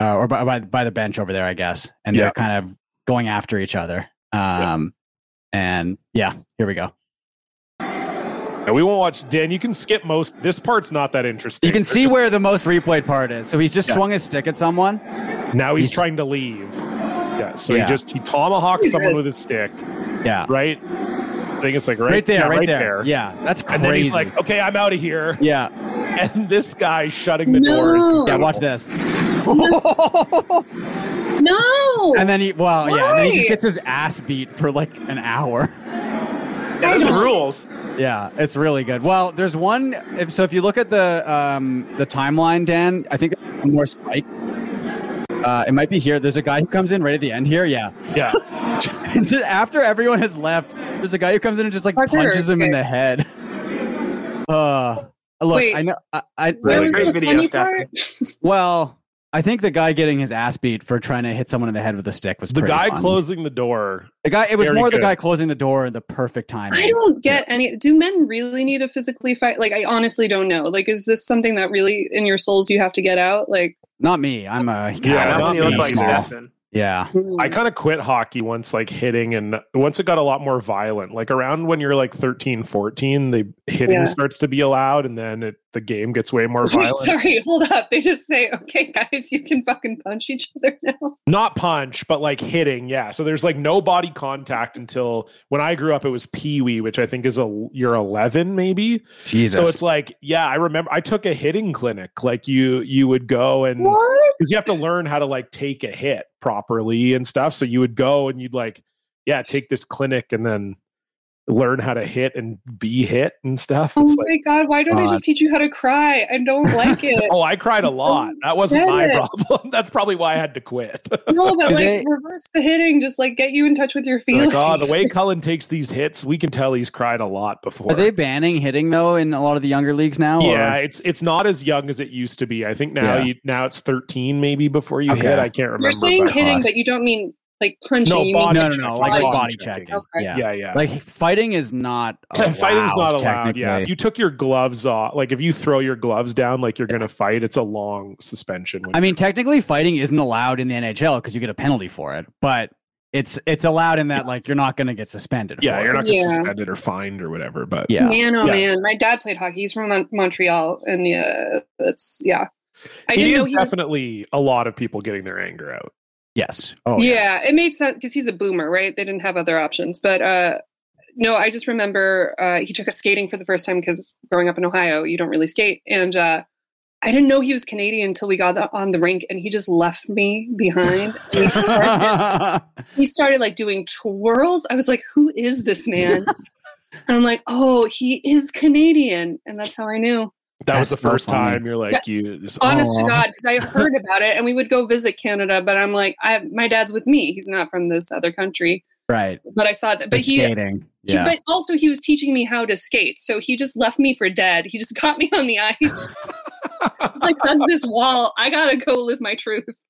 uh, or by, by by the bench over there, I guess. And Yeah. they're kind of going after each other. Um, And yeah, here we go. And we won't watch. Dan, you can skip most. This part's not that interesting. You <laughs> can see where the most replayed part is. So he's just Yeah. swung his stick at someone. Now he's, He's- trying to leave. Yeah. So Yeah. he just he tomahawks someone with his stick, Yeah. right? I think it's like right, Right, there, yeah, right, there. Yeah. That's crazy. And then he's like, "Okay, I'm out of here." yeah. <laughs> And this guy shutting the No. doors. Yeah, <laughs> watch this. and No. then he, well, yeah. And then he Why? just gets his ass beat for like an hour. <laughs> Yeah, those are the rules. Yeah, it's really good. Well, there's one. If, so if you look at the um, the timeline, Dan, I think there's one more spike. Uh, it might be here. There's a guy who comes in right at the end here. Yeah. <laughs> Yeah. Just after everyone has left, there's a guy who comes in and just like Parker, punches him in okay. the head. <laughs> Uh, look, Wait. I know. I, I Really Where was great the video, funny Stephanie. part? well, I think the guy getting his ass beat for trying to hit someone in the head with a stick was The pretty guy fun. closing the door. The guy. It was very more the good. guy closing the door in the perfect timing. I don't get any. Do men really need to physically fight? Like, I honestly don't know. Like, is this something that really in your souls you have to get out? Like, Not me. I'm a Yeah, not when you not look me. like Small. Stefan. Yeah. hmm. I <laughs> kind of quit hockey once like hitting and once it got a lot more violent. Like around when you're like 13, 14, the hitting Yeah. starts to be allowed and then it, the game gets way more I'm violent. sorry, hold up. They just say, okay, guys, you can fucking punch each other now. Not punch, but like hitting. Yeah. So there's like no body contact until when I grew up it was pee-wee, which I think is a you're 11 maybe. Jesus. So it's like, yeah, I remember I took a hitting clinic. Like you you would go and What? because you have to learn how to like take a hit properly and stuff. So you would go and you'd like, yeah, take this clinic and then learn how to hit and be hit and stuff. Oh It's my like, god, why don't I God. just teach you how to cry? <laughs> I don't like it. oh, I cried a lot. That wasn't Get my it. <laughs> problem. That's probably why I had to quit. No, but Do like they- reverse the hitting, just like get you in touch with your like, feelings. oh, the way Cullen takes these hits, we can tell he's cried a lot before. Are they banning hitting though in a lot of the younger leagues now? or- yeah, it's it's not as young as it used to be. I think now Yeah. you now it's 13 maybe before you Okay. hit. I can't remember. You're saying but- hitting, but you don't mean like punching. No, you body- mean No, no, no. Like Body body, body checking. checking. Okay. Yeah. yeah, yeah. Like fighting is not. Allowed, <clears throat> Fighting's not allowed. Yeah, if technically. you took your gloves off, like if you throw your gloves down, like you're gonna fight, it's a long suspension. When I mean, technically, fighting isn't allowed in the NHL because you get a penalty for it, but it's it's allowed in that like you're not going to get suspended. yeah, for you're it. not gonna Yeah. suspended or fined or whatever. But Yeah. Man, oh Yeah. man, my dad played hockey. He's from Mon- Montreal, and yeah, that's yeah. I he didn't know is he was. definitely a lot of people getting their anger out. Yes. Oh. yeah, it made sense because he's a boomer, right? They didn't have other options, but uh, no, I just remember uh, he took us skating for the first time because growing up in Ohio, you don't really skate, and uh, I didn't know he was Canadian until we got on the rink, and he just left me <laughs> behind. and he started he started like doing twirls. I was like, who is <laughs> this man? and I'm like, oh, he is Canadian. And that's how I knew. That was That's the so first funny. time you're like you. This, oh." Honest Aw. to God, because I heard about it and we would go visit Canada, but I'm like, I my dad's with me. He's not from this other country. right. But I saw that. But But he, he- skating. Yeah. but also he was teaching me how to skate. So he just left me for dead. He just <laughs> got me on the ice. It's like hug this wall. I gotta go live my truth.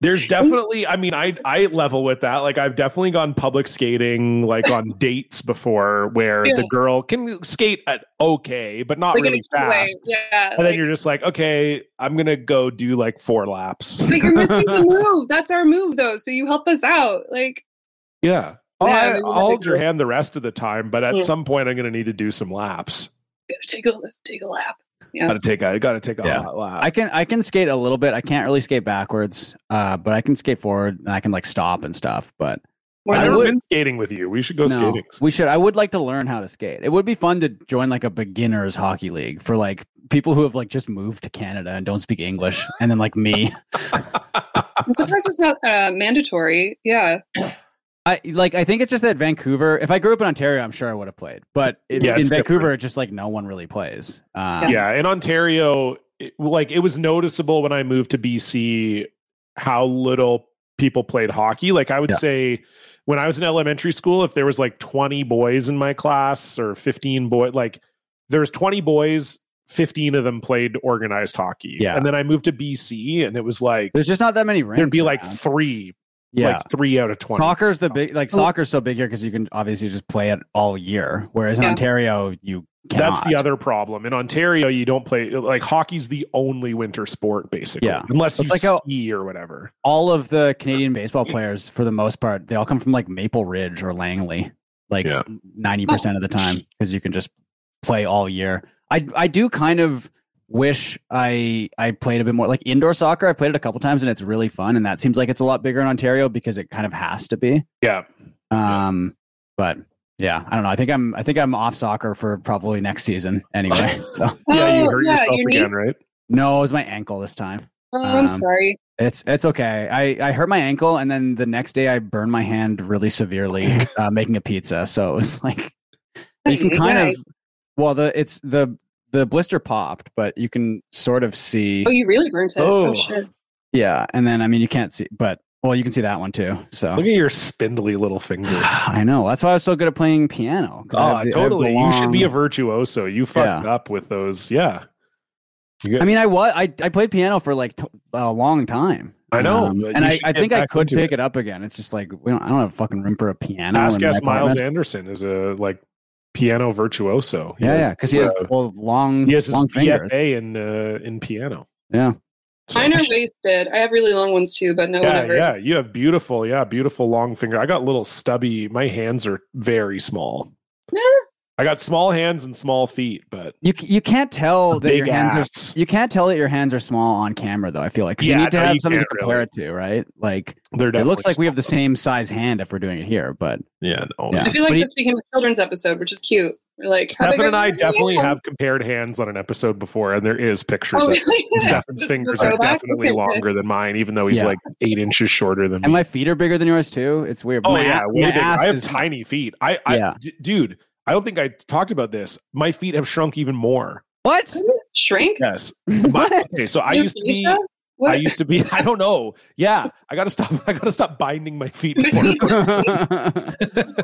There's definitely, I mean, I I level with that. Like I've definitely gone public skating, like <laughs> on dates before, where Yeah. the girl can skate at okay, but not Like in a really cute way. fast. Yeah. And then like- you're just like, okay, I'm gonna go do like four laps. <laughs> but you're missing the move. That's our move, though. So you help us out. Like, Yeah. I'll, Yeah, I, I mean, will that'd be hold your cool. hand the rest of the time, but at Yeah. some point I'm going to need to do some laps. gotta take a take a lap. Got to take a got to take a Yeah. hot lap. I can I can skate a little bit. I can't really skate backwards, uh, but I can skate forward and I can like stop and stuff. But More I've I than- never would- been skating with you. We should go no, skating. we should. I would like to learn how to skate. It would be fun to join like a beginners hockey league for like people who have like just moved to Canada and don't speak English, and then <laughs> like me. I'm surprised it's not uh, mandatory. Yeah, I like. I think it's just that Vancouver. If I grew up in Ontario, I'm sure I would have played. But it, Yeah, in it's Vancouver, just like no one really plays. Um, Yeah, in Ontario, it, like it was noticeable when I moved to BC how little people played hockey. Like I would Yeah. say when I was in elementary school, if there was like 20 boys in my class or 15 boy, like there was 20 boys, 15 of them played organized hockey. Yeah. And then I moved to BC and it was like There's just not that many rings. there'd be like around. three, yeah. like three out of 20. Soccer's the big like Oh. soccer's so big here because you can obviously just play it all year. Whereas in Yeah. Ontario, you cannot. That's the other problem. In Ontario, you don't play like hockey's the only winter sport basically, Yeah. unless you It's like how- ski or whatever. All of the Canadian baseball players, for the most part, they all come from like Maple Ridge or Langley, like Yeah. ninety percent of the time, because you can just play all year. I I do kind of wish I I played a bit more like indoor soccer. I've played it a couple times and it's really fun, and that seems like it's a lot bigger in Ontario because it kind of has to be. Yeah. Um, but yeah, I don't know. I think I'm I think I'm off soccer for probably next season <laughs> anyway. so. yeah, you Oh, hurt yeah, yourself your knee- again, right? No, it was my ankle this time. Oh, I'm Um, sorry. It's it's okay. I, I hurt my ankle and then the next day I burned my hand really severely <laughs> uh, making a pizza. So it was like you can kind of well the it's the the blister popped, but you can sort of see Oh, you really burnt it. Oh. Oh, shit. yeah. And then I mean you can't see, but well you can see that one too. So Look at your spindly little <sighs> finger. <sighs> I know that's why I was so good at playing piano. 'cause I Oh, have the- I have the totally. You should be a long- virtuoso. You fucked up with those. Yeah. You got- I mean, I was I, I played piano for like t- a long time. Um, I know, but and you I, should I get think I back could into pick it. up again. It's just like we don't, I don't have fucking room for a piano. ask in my ass Miles apartment. Anderson is a like piano virtuoso. He Yeah, has yeah, because he has uh, well, long, he has his long fingers. BFA in uh, in piano. Yeah. So- <laughs> Mine are wasted. I have really long ones too, but no, yeah, whatever. yeah, you have beautiful, yeah, beautiful long finger. I got little stubby. My hands are very small. Yeah. I got small hands and small feet, but You c- you can't tell that Big Oh, your hands ass. are you can't tell that your hands are small on camera though. I feel like 'cause Yeah, you need to no, have you something to can't compare really. it to, right? Like they're it definitely Mm-hmm. looks like we have the same size hand if we're doing it here, but yeah, no. Yeah. I feel What like do you- this became a children's episode, which is cute. We're like, how big Stefan are Oh, and I your definitely hands? have compared hands on an episode before, and there is pictures Oh, of really? <laughs> And Stefan's This is fingers a are throwback? definitely Okay, good. longer than mine, even though he's Yeah. like eight inches shorter than and me. my feet are bigger than yours too. It's weird. but oh my, yeah, a- way my bigger. ass I have is- tiny feet. I, I Yeah. d- dude, I don't think I talked about this. My feet have shrunk even more. what? Shrink? Yes. <laughs> My, okay, so I Your used to feet be. shrunk? What? I used to <laughs> be. I don't know. Yeah, I gotta stop. I gotta stop binding <laughs> my <laughs> feet. Before. <laughs>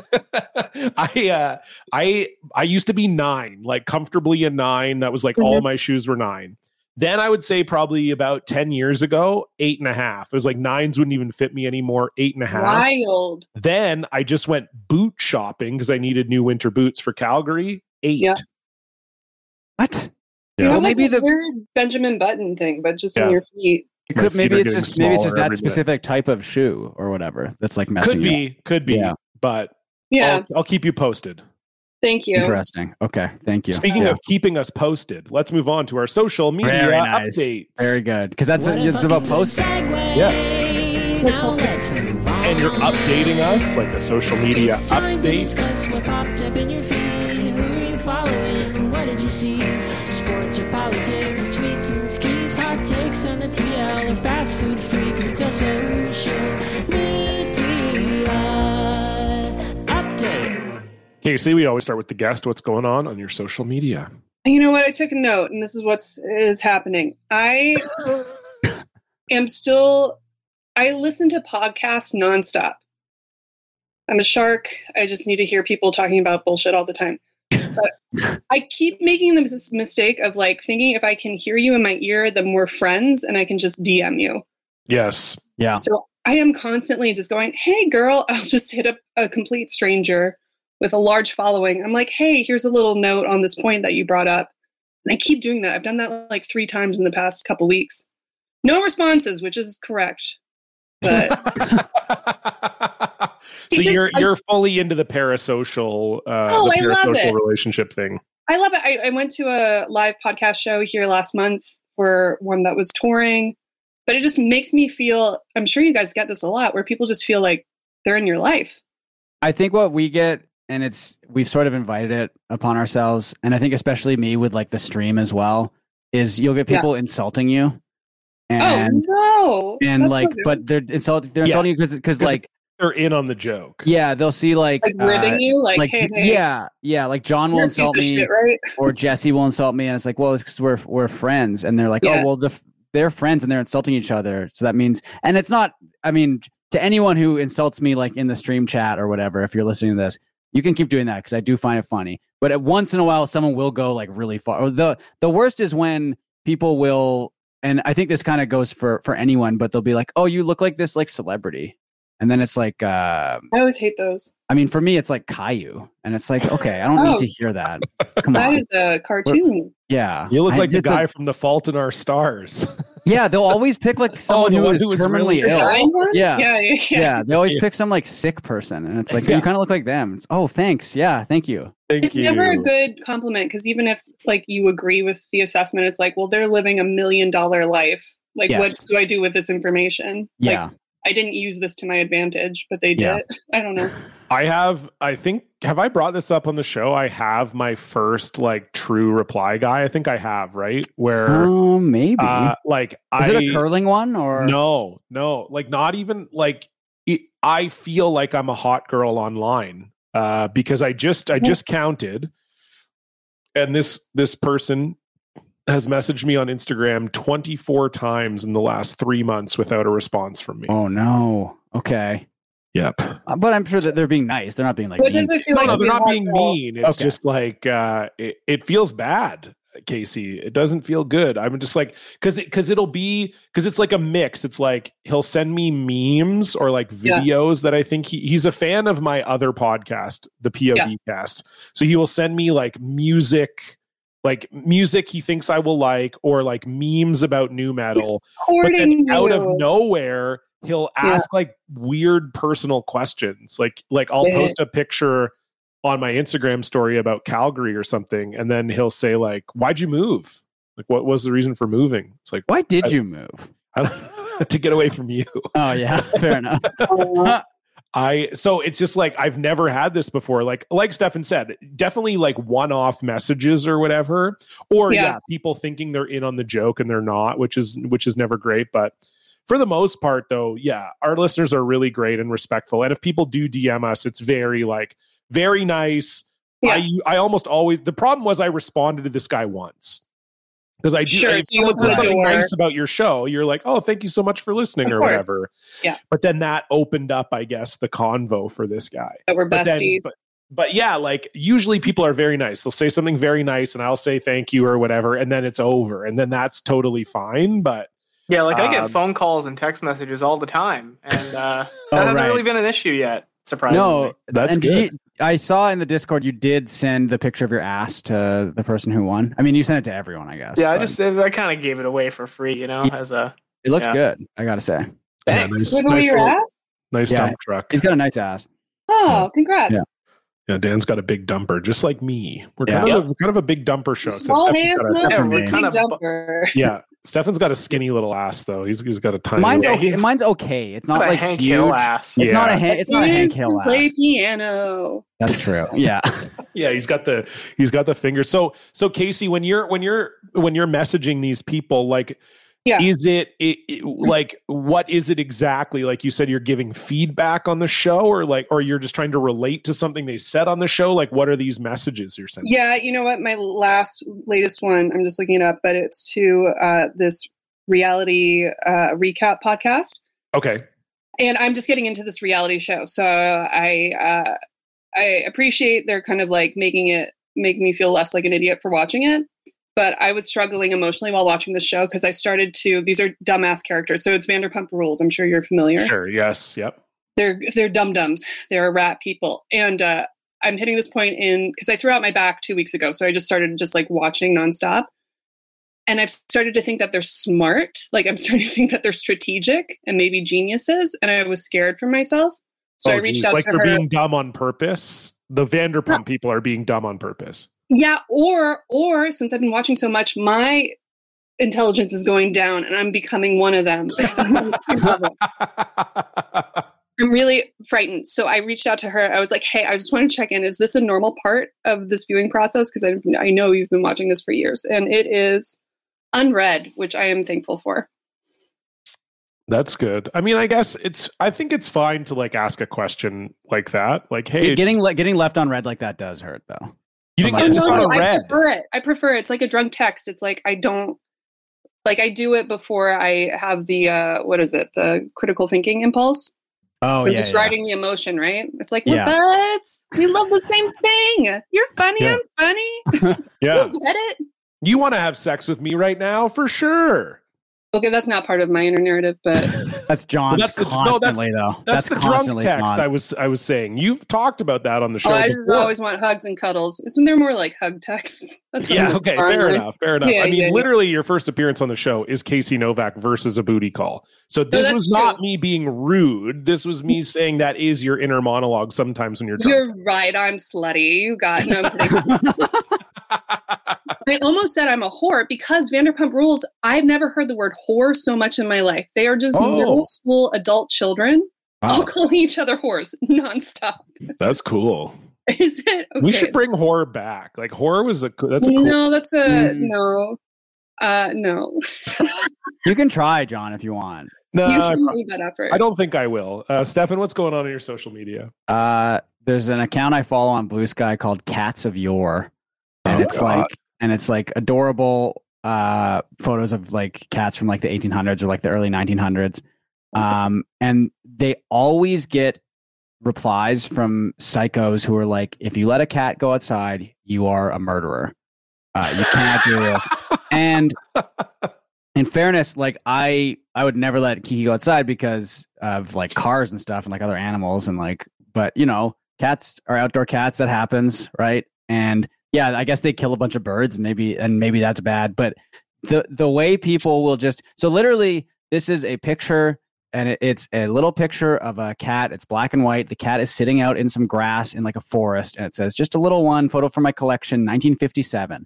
I uh, I I used to be nine, like comfortably a nine. That was like all Mm-hmm. my shoes were nine. Then I would say probably about ten years ago, eight and a half. It was like nines wouldn't even fit me anymore. Eight and a half. Wild. Then I just went boot shopping because I needed new winter boots for Calgary. Eight. Yeah. what? Yeah. Well, Well, maybe maybe the the- weird Benjamin Button thing, but just Yeah. on your feet. It My could, feet maybe are it's getting just maybe it's just smaller that every day. specific type of shoe or whatever that's like messing. Could you up. be. Could be. Yeah. But Yeah, I'll, I'll keep you posted. thank you. Interesting. Okay, thank you. Speaking Yeah. of keeping us posted, let's move on to our social media Very nice. updates. very good because that's it's about posting. Yes. Now let's move on. And you're updating us, like the social media It's time to update. discuss what popped up in your feed. Who are you following? and What did you see? Sports or politics, tweets and skis, hot takes on the TL or fast food freaks. It's our social media uh, update. Casey, we always start with the guest. What's going on on your social media? You know what? I took a note, and this is what's is happening. I am still. I listen to podcasts nonstop. I'm a shark. I just need to hear people talking about bullshit all the time. But I keep making the mis- mistake of like thinking if I can hear you in my ear, then we're friends, and I can just DM you. <laughs> Yes. Yeah. So I am constantly just going, hey, girl, <laughs> I'll just hit up a complete stranger with a large following. I'm like, hey, here's a little note on this point that you brought up. And I keep doing that. I've done that like three times in the past couple weeks. No responses, which is <laughs> correct. But so It just- you're I- you're fully into the parasocial, uh, Oh, the I love parasocial it. relationship thing. I love it. I, I went to a live podcast show here last month for one that was touring, but it just makes me feel I'm sure you guys get this a lot where people just feel like they're in your life. I think what we get, and it's we've sort of invited it upon ourselves, and I think especially me with like the stream as well, is you'll get Yeah. people insulting you, and oh, no. and That's like, so rude. but they're insulting they're Yeah. insulting you because because 'Cause- like They're in on the joke. yeah they'll see like like uh, ribbing you, like, like hey, hey, yeah yeah like John you're will a insult piece of me shit, right? or Jesse will insult me, and it's like well it's because we're we're friends, and they're like Yeah. oh well the f- they're friends and they're insulting each other, so that means and it's not I mean to anyone who insults me like in the stream chat or whatever, if you're listening to this, you can keep doing that because I do find it funny. But at once in a while, someone will go like really far. Or the the worst is when people will, and I think this kind of goes for for anyone, but they'll be like, "Oh, you look like this like celebrity," and then it's like, uh, I always hate those. I mean, for me, it's like Caillou, and it's like, okay, I don't Oh. need to hear that. <laughs> Come That on, is a cartoon. yeah, You look I like the did guy from The Fault in Our Stars. <laughs> <laughs> yeah, they'll always pick like someone Oh, the who one is who was terminally really The Yeah. ill. dying one? Yeah. yeah, yeah. Yeah. yeah. they always Yeah. pick some like sick person, and it's like Yeah. you kind of look like them. It's, oh, thanks. Yeah, thank you. Thank It's you. never a good compliment because even if like you agree with the assessment, it's like, well, they're living a million dollar life. Like, Yes. what do I do with this information? Yeah, Like, I didn't use this to my advantage, but they did. <laughs> Yeah. I don't know. I have, I think, have I brought this up on the show? I have my first like true reply guy. I think I have, right? Where, um, maybe. uh, like, I. is it a curling one or No, no, like not even like it, I feel like I'm a hot girl online uh, because I just I just counted, and this this person has messaged me on Instagram 24 times in the last three months without a response from me. Oh no. Okay, Yep. Uh, but I'm sure that they're being nice. They're not being like. What mean. does it feel No, like? no, to be they're not hot being girl? mean. It's Okay. just like uh, it, it feels bad, Casey. It doesn't feel good. I'm just like because it because it'll be because it's like a mix. It's like he'll send me memes or like Yeah. videos that I think he, he's a fan of my other podcast, the POD Cast. So he will send me like music. Like music he thinks I will like, or like memes about new metal. But Courting then out you. of nowhere, he'll Yeah. ask like weird personal questions. Like like I'll Yeah. post a picture on my Instagram story about Calgary or something, and then he'll say like, "Why'd you move? Like, what was the reason for moving?" It's like Why did I- you move? I don't- <laughs> to get away from you. Oh yeah, <laughs> fair enough. Aw. I so it's just like I've never had this before. Like like Stefan said, definitely like one-off messages or whatever. Or yeah. Yeah. people thinking they're in on the joke and they're not, which is which is never great. But for the most part, though, yeah, our listeners are really great and respectful. And if people do DM us, it's very like very nice. Yeah. I I almost always the problem was I responded to this guy once. Because I do Sure, I- so you someone says opened the something door. nice about your show. You're like, oh, thank you so much for listening Of or course. whatever. Yeah. But then that opened up, I guess, the convo for this guy. <laughs> That we're But, then, besties. but, but yeah, like usually people are very nice. They'll say something very nice and I'll say thank you or whatever. And then it's over. And then that's totally fine. But Yeah, like I Um, get phone calls and text messages all the time, and uh, <laughs> that Oh, hasn't right. really been an issue yet. Surprisingly, No, <laughs> That's and did good. you- I saw in the Discord you did send the picture of your ass to the person who won. I mean, you sent it to everyone, I guess. Yeah, I but just I kind of gave it away for free, you know, Yeah. as a it looked yeah. good. I gotta say, yeah, Thanks. With all your little- ass? nice Yeah. dump truck. he's got a nice ass. Oh, congrats. Yeah. Yeah, Dan's got a big dumper, just like me. We're Yeah. kind, of, a, kind of a big dumper show. except Small Stefan's hands, got a- no Yeah, we're big kind of- dumper. yeah, Stefan's got a skinny little ass though. He's he's got a tiny. Mine's little- Yeah, okay. he- Mine's okay. It's not a like Hank huge. Hill ass. It's not a Yeah. Hank. It's not a It Hank is Hill to Play ass. piano. That's true. <laughs> Yeah. Yeah, he's got the he's got the fingers. So so Casey, when you're when you're when you're messaging these people, like, Yeah. is it, it, it- like what is it exactly? Like you said, you're giving feedback on the show, or like, or you're just trying to relate to something they said on the show. Like, what are these messages you're sending? Yeah, you know what? My last, latest one, I'm just looking it up, but it's to uh, this reality uh, recap podcast. Okay, And I'm just getting into this reality show. So I, uh, I appreciate they're kind of like making it make me feel less like an idiot for watching it. But I was struggling emotionally while watching the show because I started to, these are dumbass characters. So it's Vanderpump Rules. I'm sure you're familiar sure, yes, yep. they're they're dum dums. They're rat people, and uh, I'm hitting this point in because I threw out my back two weeks ago, so I just started just like watching nonstop, and I've started to think that they're smart. Like I'm <laughs> starting to think that they're strategic and maybe geniuses, and I was scared for myself, so I Oh, reached geez. out like to they're her. being dumb on purpose. The Vanderpump people are being dumb on purpose. <laughs> yeah, or or since I've been watching so much, my intelligence is going down, and I'm becoming one of them. <laughs> I'm really frightened. So I reached out to her. I was like, "Hey, I just want to check in. Is this a normal part of this viewing process? Because I, I know you've been watching this for years, and it is unread, which I am thankful for." That's good. I mean, I guess it's. I think it's fine to like ask a question like that. Like, hey, getting le- getting left on red like that does hurt though. you didn't Oh, get no, this on a I red. prefer it. I prefer it. It's like a drunk text. It's like I don't like I do it before I have the uh, what is it? The critical thinking impulse. Oh so yeah, just yeah. riding the emotion, right? It's like we're Yeah. buds. We love the same thing. You're funny. Yeah. I'm funny. Yeah. You get it. You want to have sex with me right now for sure. Okay, that's not part of my inner narrative, but That's John's that's the- no, that's- constantly though. That's, the drunk constantly text John's. I was I was saying. You've talked about that on the show. oh, I just before. <laughs> always want hugs and cuddles. It's they're more like hug texts. <laughs> That's what I'm yeah, looking okay, for fair online. enough, fair enough. Yeah, I mean, yeah, yeah. literally, your first appearance on the show is Casey Novak versus a booty call. So this that's was not true. me being rude. This was <laughs> me saying that is your inner monologue sometimes when you're drunk. You're right. I'm slutty. You <laughs> got no. I'm kidding. I almost said I'm a whore because Vanderpump Rules. I've never heard the word whore so much in my life. They are just Oh. middle school adult children all <laughs> calling each other whores nonstop. <laughs> That's cool. Is it? Okay. We should bring horror back. Like horror was a co- that's a cool. Hmm. No, that's a Mm. no. Uh, no. <laughs> You can try, John, if you want. No, you I can leave that effort. Uh, I don't think I will. Uh, Stefan, what's going on in your social media? Uh, there's an account I follow on Blue Sky called Cats of Yore, and Oh, it's God. like and it's like adorable uh photos of like cats from like the 1800s or like the early 1900s, um, and they always get replies from psychos who are like, if you let a cat go outside, you are a murderer. Uh, you cannot do this. And in fairness, like I, I would never let Kiki go outside because of like cars and stuff and like other animals and like, but you know, cats are outdoor cats. That happens, right? And yeah, I guess they kill a bunch of birds, maybe, and maybe that's bad. But the the way people will just so literally, this is a picture, and it, it's a little picture of a cat. It's black and white. The cat is sitting out in some grass in like a forest, and it says, "Just a little one, photo from my collection, 1957."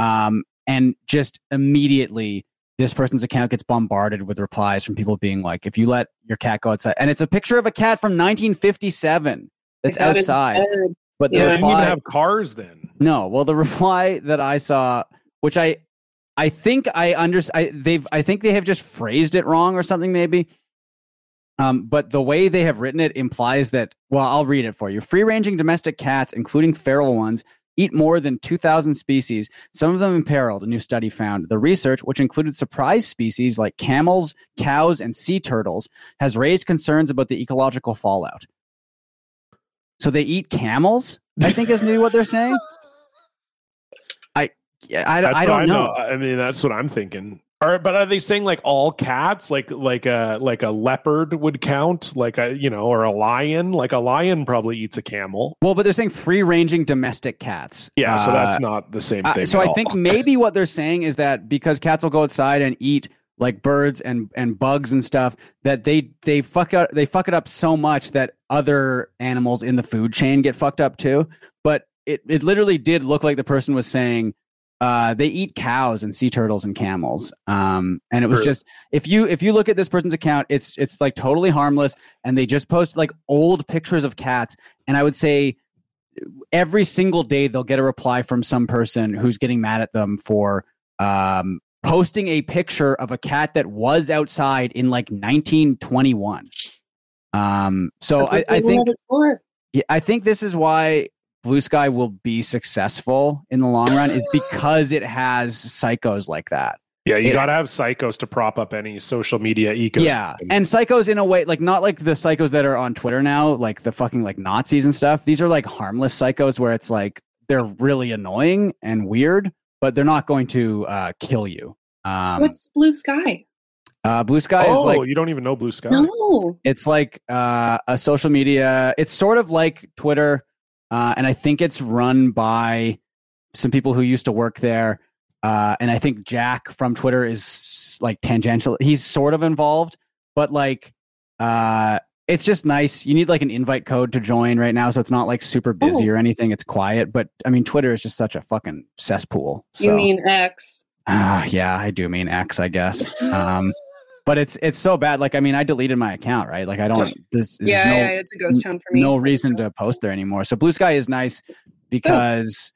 Um, and just immediately this person's account gets bombarded with replies from people being like, if you let your cat go outside, and it's a picture of a cat from 1957 that's That is outside, good. but the Yeah, They didn't even reply, have cars then. no. Well, the <laughs> reply that I saw, which I, I think I understand, I, they've, I think they have just phrased it wrong or something maybe. Um, but the way they have written it implies that, well, I'll read it for you. Free ranging domestic cats, including feral ones, eat more than 2,000 species, some of them imperiled, a new study found. The research, which included surprise species like camels, cows, and sea turtles, has raised concerns about the ecological fallout. So they eat camels, I think is maybe what <laughs> they're saying. I, yeah, I, That's I what don't know. I mean, that's what I'm thinking. Or, but are they saying like all cats, like like a like a leopard would count, like a you know, or a lion? Like a lion probably eats a camel. Well, but they're saying free ranging domestic cats. Yeah, so Uh, that's not the same Uh, thing. so at I all. think maybe what they're saying is that because cats will go outside and eat like birds and and bugs and stuff, that they they fuck up they fuck it up so much that other animals in the food chain get fucked up too. But it it literally did look like the person was saying. Uh, they eat cows and sea turtles and camels, um, and it was True. just if you if you look at this person's account, it's it's like totally harmless, and they just post like old pictures of cats, and I would say every single day they'll get a reply from some person who's getting mad at them for um, posting a picture of a cat that was outside in like 1921. Um, so That's I, what I the think world is for. yeah, I think this is why Blue Sky will be successful in the long run is because it has psychos like that. yeah, you it- gotta have psychos to prop up any social media ecosystem. Yeah, and psychos in a way, like not like the psychos that are on Twitter now, like the fucking like Nazis and stuff. These are like harmless psychos where it's like they're really annoying and weird, but they're not going to uh, kill you. Um, What's blue sky? uh, Blue Sky oh, is like you don't even know Blue Sky. No. it's like uh, a social media. It's sort of like Twitter, uh, and I think it's run by some people who used to work there. Uh, and I think Jack from Twitter is like tangential. He's sort of involved, but like uh, it's just nice. You need like an invite code to join right now, so it's not like super busy or anything. It's quiet, but I mean, Twitter is just such a fucking cesspool. So. You mean X? Ah, yeah, I do mean X, I guess. Um, but it's it's so bad. Like, I mean, I deleted my account, right? Like, I <laughs> don't. There's, there's Yeah, no yeah, it's a ghost town for me. no reason to post there anymore. So Blue Sky is nice because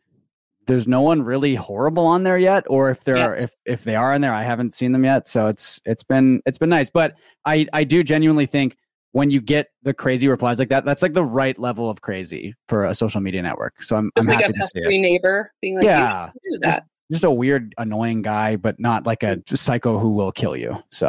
there's no one really horrible on there yet, or if there are, Yet. if if they are on there, I haven't seen them yet. So it's it's been it's been nice, but I I do genuinely think when you get the crazy replies like that, that's like the right level of crazy for a social media network. So I'm Just I'm like a happy to see pestry it. neighbor being like, Yeah. yeah, do that. Just a weird, annoying guy, but not like a psycho who will kill you. So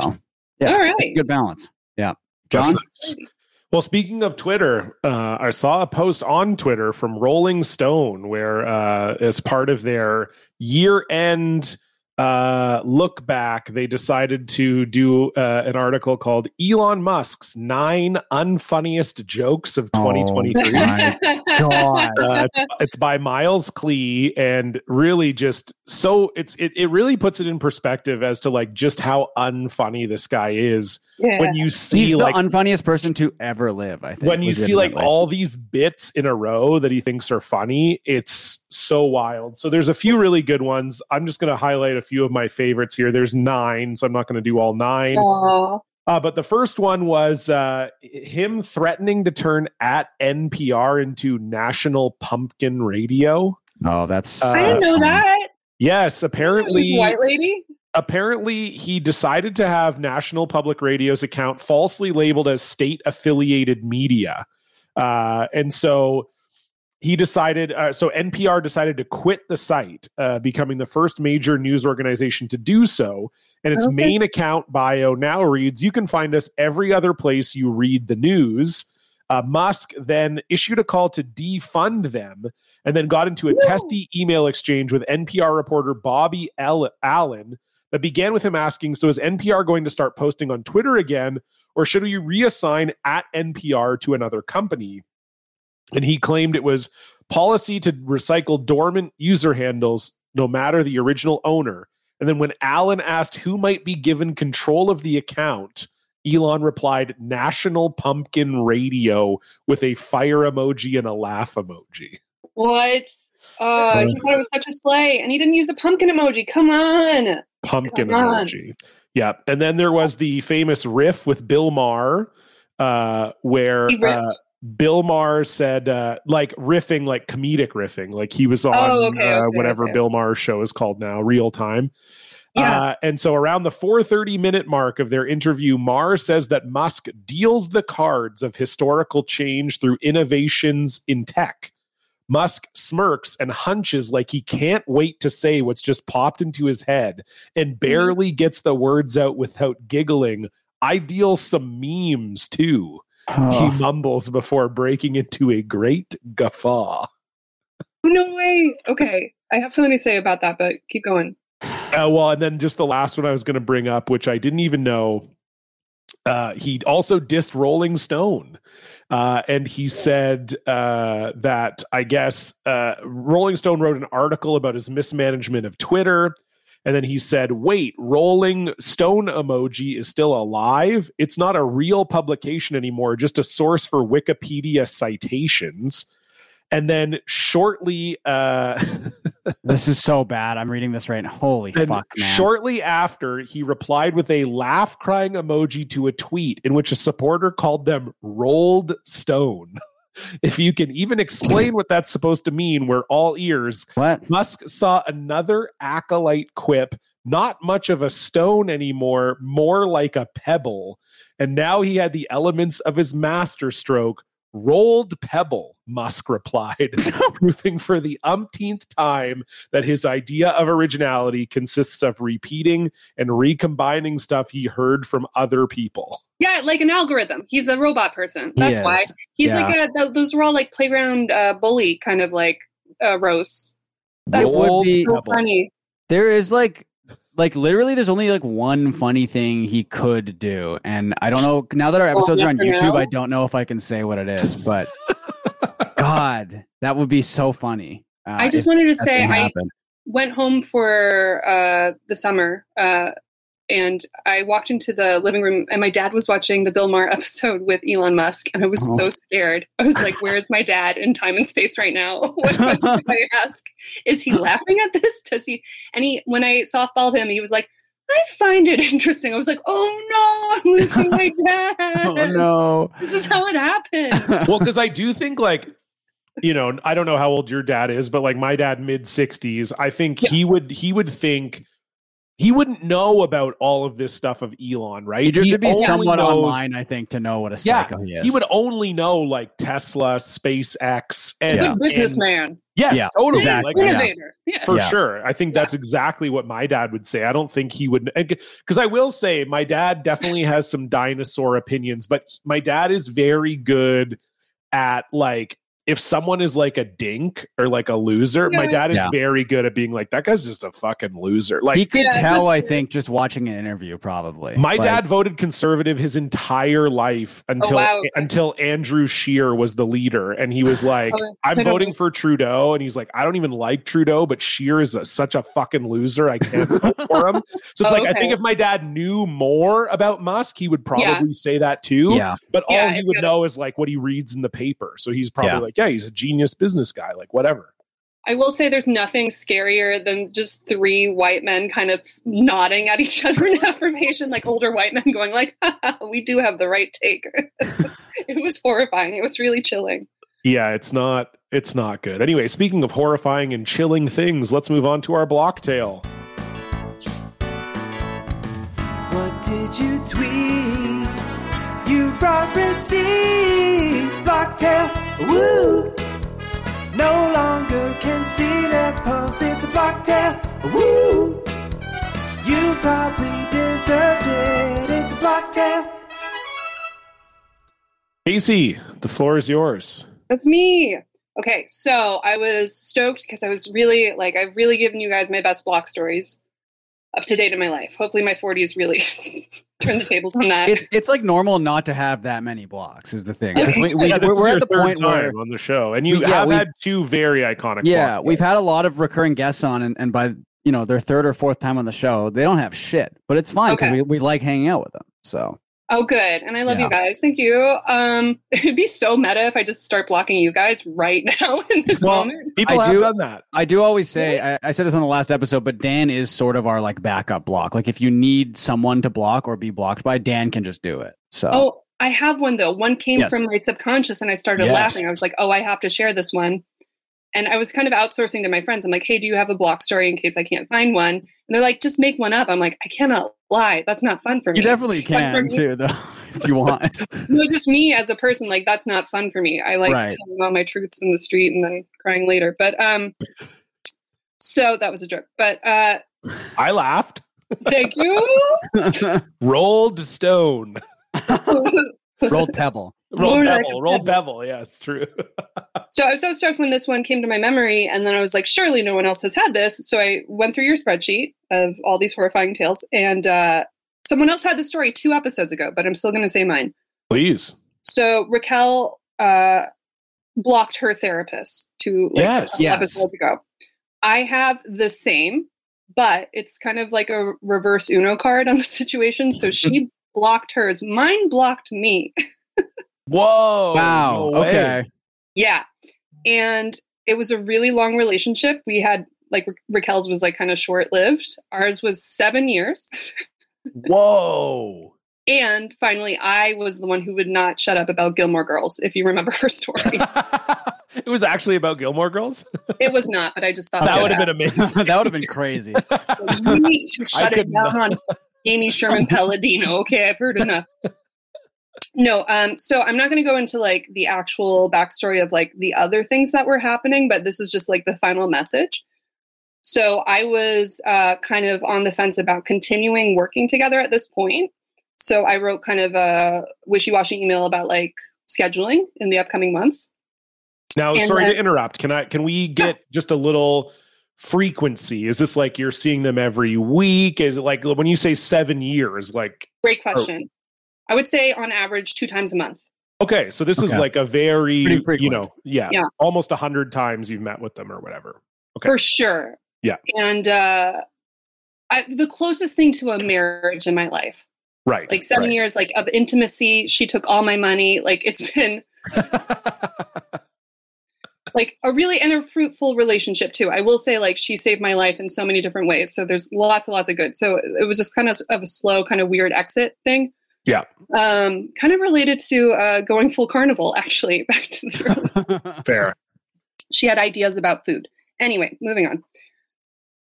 yeah, All right. good balance. Yeah, John. That's nice. Well, speaking of Twitter, uh, I saw a post on Twitter from Rolling Stone where, uh, as part of their year end uh, look back, they decided to do uh, an article called Elon Musk's Nine Unfunniest Jokes of 2023. <laughs> <laughs> Oh, my God. Uh, it's, it's by Miles Klee, and really just so it's it, it really puts it in perspective as to like just how unfunny this guy is Yeah. when you see He's the like unfunniest person to ever live, I think. when you see like legitimately. all these bits in a row that he thinks are funny, it's so wild. So there's a few really good ones. I'm just going to highlight a few of my favorites here. There's nine, so I'm not going to do all nine. Aw. Uh, but the first one was uh, him threatening to turn at NPR into National Pumpkin Radio. Oh, that's. Uh, I didn't know that. Yes, It was apparently. white lady. apparently he decided to have National Public Radio's account falsely labeled as state affiliated media. Uh, and so he decided, uh, so NPR decided to quit the site, uh, becoming the first major news organization to do so. And its Okay. main account bio now reads You can find us every other place you read the news. Uh, Musk then issued a call to defund them and then got into a testy email exchange with NPR reporter Bobby L- Allen that began with him asking So is NPR going to start posting on Twitter again, or should we reassign at NPR to another company? And he claimed it was policy to recycle dormant user handles no matter the original owner. And then when Allen asked who might be given control of the account, Elon replied National Pumpkin Radio with a fire emoji and a laugh emoji. What? Uh, he thought it was such a sleigh, and he didn't use a pumpkin emoji. Come on. Pumpkin Come on. emoji. Yeah. And then there was the famous riff with Bill Maher, uh, where He riffed. uh, Bill Maher said, uh, like riffing, like comedic riffing, like he was on Oh, okay, uh, okay, whatever okay. Bill Maher's show is called now, Real Time. Yeah. Uh, and so around the 4:30 minute mark of their interview, Maher says that Musk deals the cards of historical change through innovations in tech. Musk smirks and hunches like he can't wait to say what's just popped into his head and barely gets the words out without giggling. I deal some memes too, Oh. he mumbles before breaking into a great guffaw. No way. Okay. I have something to say about that, but keep going. Uh, well, and then just the last one I was going to bring up, which I didn't even know. Uh, he also dissed Rolling Stone, uh, and he said uh, that I guess uh, Rolling Stone wrote an article about his mismanagement of Twitter, and then he said, "Wait, Rolling Stone emoji is still alive. It's not a real publication anymore, just a source for Wikipedia citations." And then shortly. Uh, <laughs> This is so bad. I'm reading this right. Holy Then fuck, man. shortly after, he replied with a laugh crying emoji to a tweet in which a supporter called them rolled stone. <laughs> If you can even explain what that's supposed to mean, we're all ears. what? Musk saw another acolyte quip, not much of a stone anymore, more like a pebble. And now he had the elements of his master stroke. Rolled pebble, Musk replied, proving for the umpteenth time that his idea of originality consists of repeating and recombining stuff he heard from other people. Yeah, like an algorithm. He's a robot person. That's Yes. why he's Yeah. like a, th- those were all like playground uh, bully kind of like uh, roasts. That's It would be. so funny. There is like, like literally, there's only like one funny thing he could do, and I don't know. Now that our episodes are on never YouTube, know. I don't know if I can say what it is, but God, that would be so funny. Uh, I if just wanted to that say thing I happened. <laughs> went home for uh, the summer, uh, and I walked into the living room, and my dad was watching the Bill Maher <laughs> episode with Elon Musk, and I was Oh. so scared. I was like, "Where is my dad in time and space right now? <laughs> What question do <laughs> I ask? Is he laughing at this? Does he?" And he, when I softballed him, he was like. I find it <laughs> interesting. I was like, "Oh no, I'm <laughs> losing my dad! Oh no! This is how it happened." well, because I do think like you know, I don't know how old your dad is, but like my dad mid sixties, I think he would he would think he wouldn't know about all of this stuff of Elon, right? You have He to be only somewhat knows- online, I think, to know what a Yeah, psycho he is. He would only know like Tesla, SpaceX, and <laughs> Yeah. Good businessman. yes, Yeah, totally. exactly. Like, Yeah. Innovator. Yeah. for Yeah. sure. I think Yeah. that's exactly what my dad would say. I don't think he would, because I will say my dad <laughs> definitely has some dinosaur opinions, but my dad is very good at like if someone is like a dink or like a loser, my Yeah. dad is Yeah. very good at being like that guy's just a fucking loser. Like he could Yeah, tell, I that's- think, just watching an interview, probably. my Like, dad voted conservative his entire life until Oh, wow. until Andrew Shear was the leader, and he was like, <laughs> Oh, I "I'm don't voting know." for Trudeau," and he's like, "I don't even like Trudeau, but Shear is a, such a fucking loser. I <laughs> can't vote for him." So it's Oh, like I okay. think if my dad knew more about Musk, he would probably say that too. Yeah. But all Yeah, he it's would gotta- know is like what he reads in the paper. So he's probably Yeah. like, "Yeah, he's a genius business guy. Like whatever." I will say there's nothing scarier than just three white men kind of nodding at each <laughs> other in affirmation, like older white men going like, "Ha, ha, "We do have the right take." <laughs> it was horrifying. It was really chilling. Yeah, it's not it's not good. Anyway, speaking of horrifying and chilling things, let's move on to our block tale. What did you tweet? You brought receipts, Blocktail. Woo! No longer can see the post. It's a Blocktail. Woo! You probably deserved it. It's a Blocktail. Casey, the floor is yours. That's me. Okay, so I was stoked because I was really like I've really given you guys my best block stories up to date in my life. Hopefully, my 40s really <laughs> turned the tables on that. It's, it's like normal not to have that many blocks, is the thing. 'Cause We, Yeah, are this is we're your at the third point where. time on the show, and you We- yeah, have we- had two very iconic. Yeah, podcasts. we've had a lot of recurring guests on, and, and by you know their third or fourth time on the show, they don't have shit, but it's fine because Okay. we, we like hanging out with them. So Oh, good. And I love Yeah. you guys. Thank you. Um, <laughs> it'd be so meta if I just start blocking you guys right <laughs> now in this Well, moment. people I have do- done that. I do always say I, I said this on the last episode, but Dan is sort of our like backup block. Like if you need someone to block or be blocked by, Dan can just do it. So Oh, I have one though. One came Yes. from my subconscious and I started Yes. laughing. I was like, oh, I have to share this one. And I was kind of outsourcing to my friends. I'm like, hey, do you have a block story in case I can't find one? And they're like, just make one up. I'm like, I cannot lie. That's not fun for me. you definitely It's fun for can me. too, though, <laughs> if you want. <laughs> No, just me as a person, like that's not fun for me. I like Right. telling all my truths in the street and then crying later. But um so that was a joke. But uh I laughed. thank you. <laughs> Rolled stone, Rolled pebble. rolled More like bevel, a rolled bevel. Yeah, it's true. so I was so stoked when this one came to my memory, and then I was like, surely no one else has had this. So I went through your spreadsheet of all these horrifying tales, and uh someone else had the story two episodes ago, but I'm still gonna say mine. Please, So Raquel uh, blocked her therapist to like, Yes. a couple Yes. episodes ago. I have the same, but it's kind of like a reverse Uno card on the situation. So she blocked hers. Mine blocked me. <laughs> whoa, wow. no way. okay. yeah. And it was a really long relationship. We had like Ra- Raquel's was like kind of short lived. Ours was seven years. whoa. <laughs> And finally, I was the one who would not shut up about Gilmore Girls, if you remember <laughs> her story. it was actually about Gilmore Girls. it was not, but I just thought That Okay. would have been. been <laughs> amazing. that would have been crazy. <laughs> Well, you need to I shut it could down on Amy Sherman Palladino. Okay, I've heard enough. No, um, so I'm not going to go into like the actual backstory of like the other things that were happening, but this is just like the final message. So I was uh, kind of on the fence about continuing working together at this point. So I wrote kind of a wishy washy email about like scheduling in the upcoming months. Now, And sorry then- to interrupt. Can I? Can we get just a little frequency? Is this like you're seeing them every week? Is it like when you say seven years? Like Great question. I would say on average two times a month. okay, so this is Okay. like a very Pretty you frequent. know yeah, Yeah. almost a hundred times you've met with them or whatever. Okay. for sure Yeah. and uh I, the closest thing to a marriage in my life Right, like seven right. years like of intimacy she took all my money like it's <laughs> been like a really and a fruitful relationship too i will say like she saved my life in so many different ways so there's lots and lots of good so it was just kind of, of a slow kind of weird exit thing Yeah. um kind of related to uh going full carnival actually <laughs> back to the Fair. she had ideas about food. Anyway, moving on.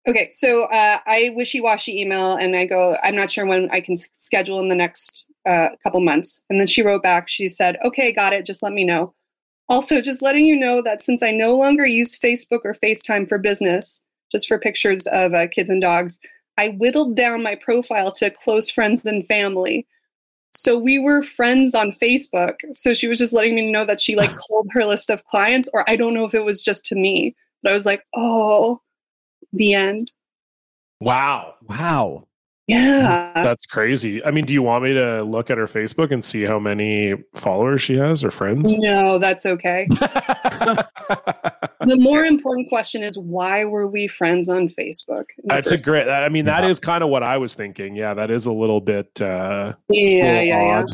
Okay, so uh, I wishy-washy email, and I go, I'm not sure when I can s- schedule in the next uh, couple months. And then she wrote back. She said, "Okay, got it. Just let me know." Also, just letting you know that since I no longer use Facebook or FaceTime for business, just for pictures of uh, kids and dogs, I whittled down my profile to close friends and family. So we were friends on Facebook. So she was just letting me know that <laughs> she like called her list of clients, or I don't know if it was just to me, but I was like, oh, the end. Wow. Wow. Yeah. That's crazy. I mean, do you want me to look at her Facebook and see how many followers she has or friends? No, that's okay. The more important question is why were we friends on Facebook? <laughs> in the That's a first great. I mean, that is Yeah. kind of what I was thinking. Yeah, that is a little bit. Uh, it's place? a Yeah, little yeah, yeah. odd.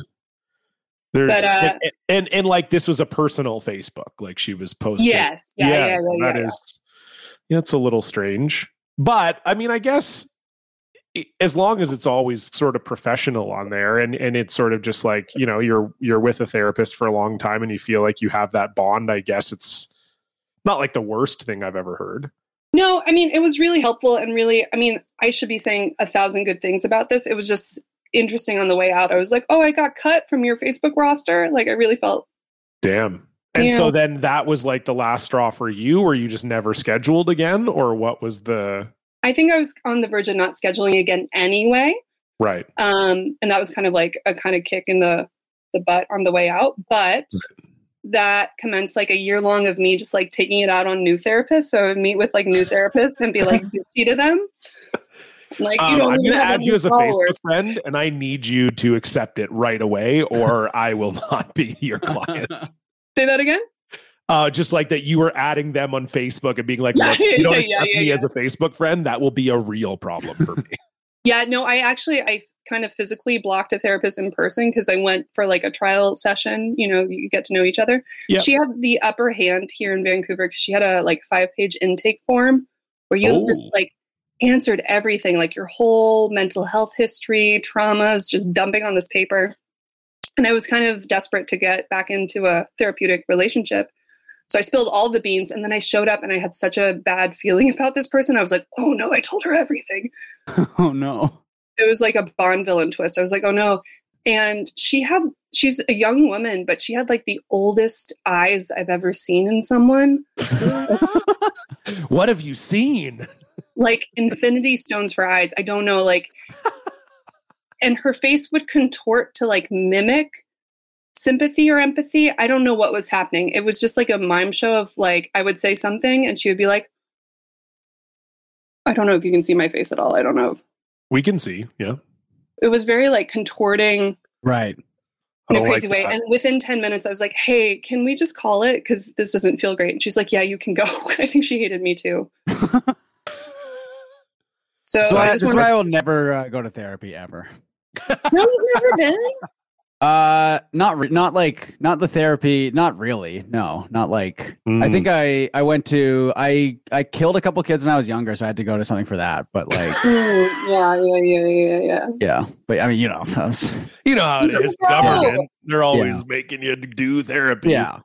There's But, uh, and, and and like this was a personal Facebook. Like she was posting. Yes. Yeah, yeah, yeah, so yeah, that yeah. is- yeah, it's a little strange. But I mean, I guess i- as long as it's always sort of professional on there and and it's sort of just like, you know, you're you're with a therapist for a long time and you feel like you have that bond, I guess it's not like the worst thing I've ever heard. No, I mean, it was really helpful and really, I mean, I should be saying a thousand good things about this. It was just interesting on the way out. I was like, oh, I got cut from your Facebook roster. Like, I really felt, Damn. And so Yeah. then that was like the last straw for you, or you just never scheduled again, or what was the I think I was on the verge of not scheduling again anyway. right? um, and that was kind of like a kind of kick in the the butt on the way out but that commenced like a year long of me just like taking it out on new therapists so i would meet with like new therapists and <laughs> be like bitchy to them like you Um, don't I'm even going to have add that you many as a followers. Facebook friend, and I need you to accept it right away, <laughs> or I will not be your client. say that again Uh, just like that, you were adding them on Facebook and being like, Yeah, "Look, "You don't yeah, yeah, accept yeah, me yeah. as a Facebook friend." That will be a real problem for me. <laughs> yeah no i actually i kind of physically blocked a therapist in person because i went for like a trial session you know you get to know each other Yeah. she had the upper hand here in vancouver because she had a like five page intake form where you just Oh. like answered everything like your whole mental health history traumas just dumping on this paper and i was kind of desperate to get back into a therapeutic relationship so i spilled all the beans and then i showed up and i had such a bad feeling <laughs> about this person i was like oh no i told her everything <laughs> Oh no. it was like a Bond villain twist. I was like, oh no. And she had, she's a young woman, but she had like the oldest eyes I've ever seen in someone, what have you seen? like infinity stones for eyes. I don't know, like, and her face would contort to like mimic sympathy or empathy. I don't know what was happening. It was just like a mime show of like, I would say something and she would be like, I don't know if you can see my face at all. I don't know. We can see. Yeah, It was very like contorting. Right. I in a don't crazy like way. that. And within 10 minutes, I was like, hey, can we just call it? Because this doesn't feel great. And she's like, yeah, you can go. <laughs> I think she hated me <laughs> too. so, So I I, just this is wanted why I will never uh, go to therapy ever. to- <laughs> no, you've never been. Uh, not re- not like not the therapy. Not really. No, not like. I Mm. think I I went to I I killed a couple kids when I was younger, so I had to go to something for that. But <laughs> like, Mm, yeah, yeah, yeah, yeah, yeah. yeah. But I mean, you know, <laughs> that was you know how it is. No. Government, they're always making you do therapy. yeah.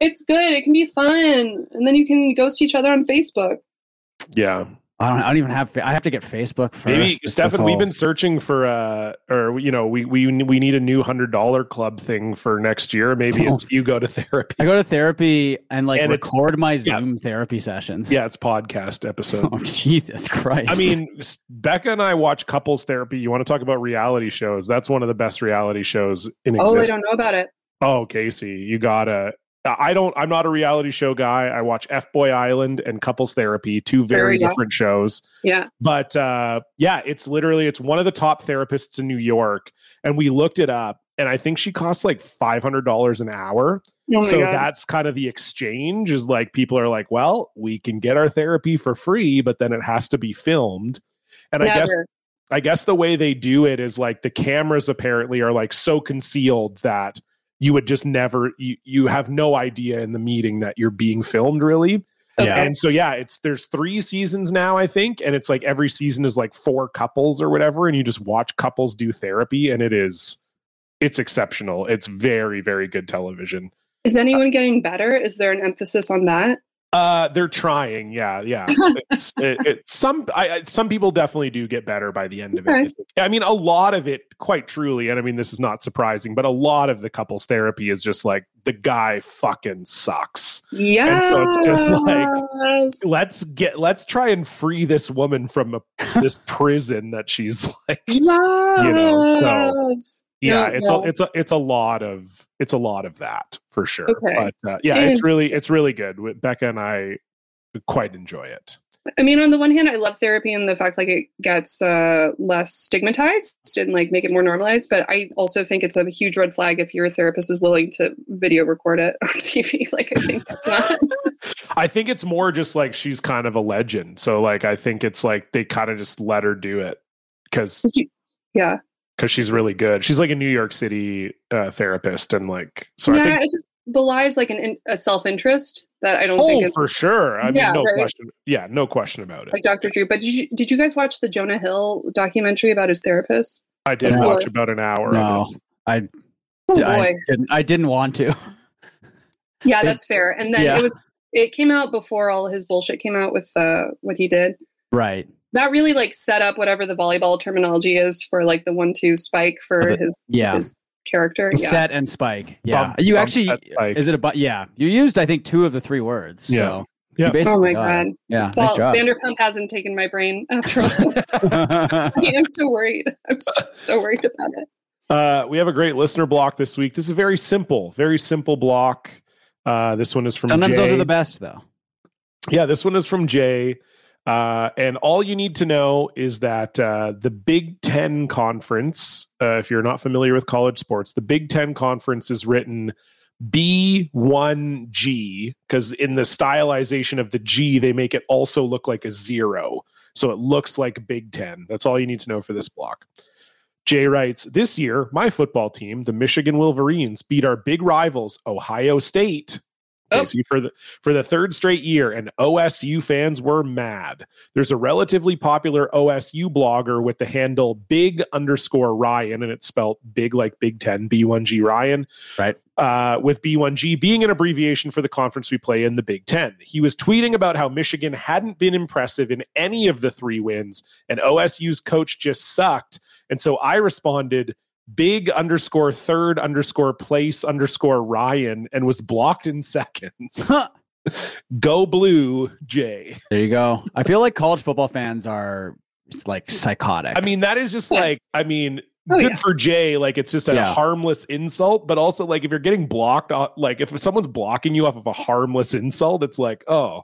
It's good. It can be fun. And then you can ghost each other on Facebook. yeah. I don't. I don't even have. fa- I have to get Facebook first. Maybe It's this Stefan, we've whole- been searching for uh or you know, we we we need a new hundred dollar club thing for next year. Maybe it's you go to therapy. I go to therapy and like And it's- record my yeah. Zoom therapy sessions. <laughs> Yeah, it's podcast episode. <laughs> Oh, Jesus Christ. I mean, s- Becca and I watch couples therapy. You want to talk about reality shows? That's one of the best reality shows in Oh, I existence. don't know about it. Oh, Casey, you gotta. I don't. I'm not a reality show guy. I watch F Boy Island and Couples Therapy, two very Very well. different shows. Yeah. But uh, yeah, it's literally it's one of the top therapists in New York, and we looked it up, and I think she costs like five hundred dollars an hour. Oh my so God. that's kind of the exchange is like people are like, well, we can get our therapy for free, but then it has to be filmed. And I guess Never. I guess the way they do it is like the cameras apparently are like so concealed that you would just never you you have no idea in the meeting that you're being filmed really. yeah. And so yeah, it's there's 3 seasons now I think and it's like every season is like four couples or whatever and you just watch couples do therapy and it is it's exceptional. It's very very good television. Is anyone getting better? Is there an emphasis on that? Uh, they're trying. Yeah, yeah. <laughs> It's, it, it's some I, I- some people definitely do get better by the end of Okay. it. I mean, a lot of it, quite truly, and I mean, this is not surprising, but a lot of the couples therapy is just like the guy fucking sucks. Yeah. so it's just like, Let's get let's try and free this woman <laughs> from a, this prison that she's <laughs> like. know, Yeah, Yeah, it's a, yeah. it's a it's a lot of it's a lot of that for sure. Okay. But uh, yeah, it's And- really it's really good. We- Becca and I quite enjoy it. I mean, on the one hand, I love therapy and the fact like it gets uh, less stigmatized and like make it more normalized. But I also think it's a huge red flag if your therapist is willing to video record it on <laughs> TV. Like I think that's not. <laughs> I think it's more just like she's kind of a legend. So like I think it's like they kind of just let her do it because yeah, because she's really good. She's like a New York City uh, therapist and like so yeah. I think it just belies like an in, a self interest that I don't think oh is for sure. I Yeah, mean no right. question. Yeah, no question about it. like Dr. Drew. But did you did you guys watch the Jonah Hill documentary about his therapist? I did No. watch about an hour. Of No, it. Oh boy, I didn't. I didn't want to. <laughs> yeah, it- that's fair. And then yeah. it was it came out before all his bullshit came out with uh, what he did. right. that really like set up whatever the volleyball terminology is for like the one two spike for For the- his Yeah. His character. Yeah. Set and spike. Yeah. Bump- you bump actually that spike. is it a bu- yeah? You used I think two of the three words. Yeah. So Yeah. you basically oh my got it. god. Yeah. It's Nice all- job. Vanderpump hasn't taken my brain after all. <laughs> <laughs> I'm so worried. I'm so, so worried about it. Uh, we have a great listener block this week. This is very simple, very simple block. Uh, this one is from <laughs> Sometimes those Jay. are the best though. Yeah, this one is from Jay. Uh, and all you need to know is that uh, the Big Ten Conference, uh, if you're not familiar with college sports, the Big Ten Conference is written B1G because in the stylization of the G, they make it also look like a zero. So it looks like Big Ten. That's all you need to know for this block. Jay writes This year, my football team, the Michigan Wolverines, beat our big rivals, Ohio State. Oh. Casey, for the for the third straight year, and OSU fans were mad. There's a relatively popular OSU blogger with the handle big underscore Ryan, and it's spelled big like Big Ten, B1G Ryan. Right. Uh, with B1G being an abbreviation for the conference we play in the Big Ten. He was tweeting about how Michigan hadn't been impressive in any of the three wins, and OSU's coach just sucked. And so I responded, big underscore third underscore place underscore Ryan, and was blocked in <laughs> seconds. there Go blue, Jay. you go. I feel like college football fans are like psychotic. I mean, that is just Yeah. like, I mean, Oh, good yeah. for Jay. Like, it's just a Yeah. harmless insult, but also, like, if you're getting blocked, off, like, if someone's blocking you off of a harmless insult, it's like, oh,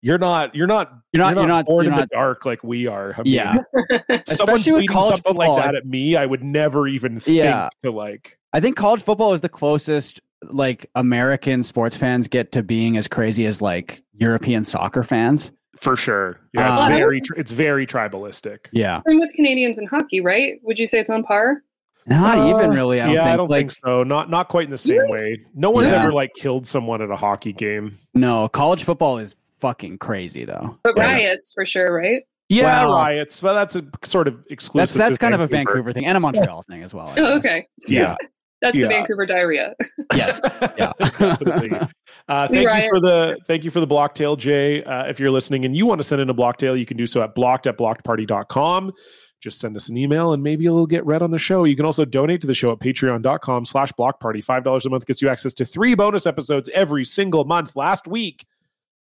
you're not, you're not, you're not. You're not. born You're in not. the dark like we are. I mean, <laughs> Yeah. if someone Especially with tweeting college something football, like that at me, I would never even think Yeah. to like. I think college football is the closest like American sports fans get to being as crazy as like European soccer fans. For sure, yeah, it's Uh, very, tri- it's very tribalistic. Yeah. Same with Canadians in hockey, right? Would you say it's on par? Not Uh, even really. I don't yeah, think. I don't like, think so. Not not quite in the same way. No one's Yeah. ever like killed someone at a hockey game. No, college football is fucking crazy though. But Yeah. riots for sure, right? Yeah, Well- riots. Well, that's a sort of That's exclusive. that's to kind of a Vancouver thing and a Montreal thing as well. I <laughs> Oh, guess. okay. Yeah. That's Yeah. the Vancouver diarrhea. <laughs> Yes. Yeah. Definitely. Uh, thank We you riot. for the thank you for the blocktail, Jay. Uh, if you're listening and you want to send in a blocktail, you can do so at blocked at blockedparty.com. Just send us an email and maybe it'll get read on the show. You can also donate to the show at patreon.com slash blockparty. Five dollars a month gets you access to three bonus episodes every single month. Last week,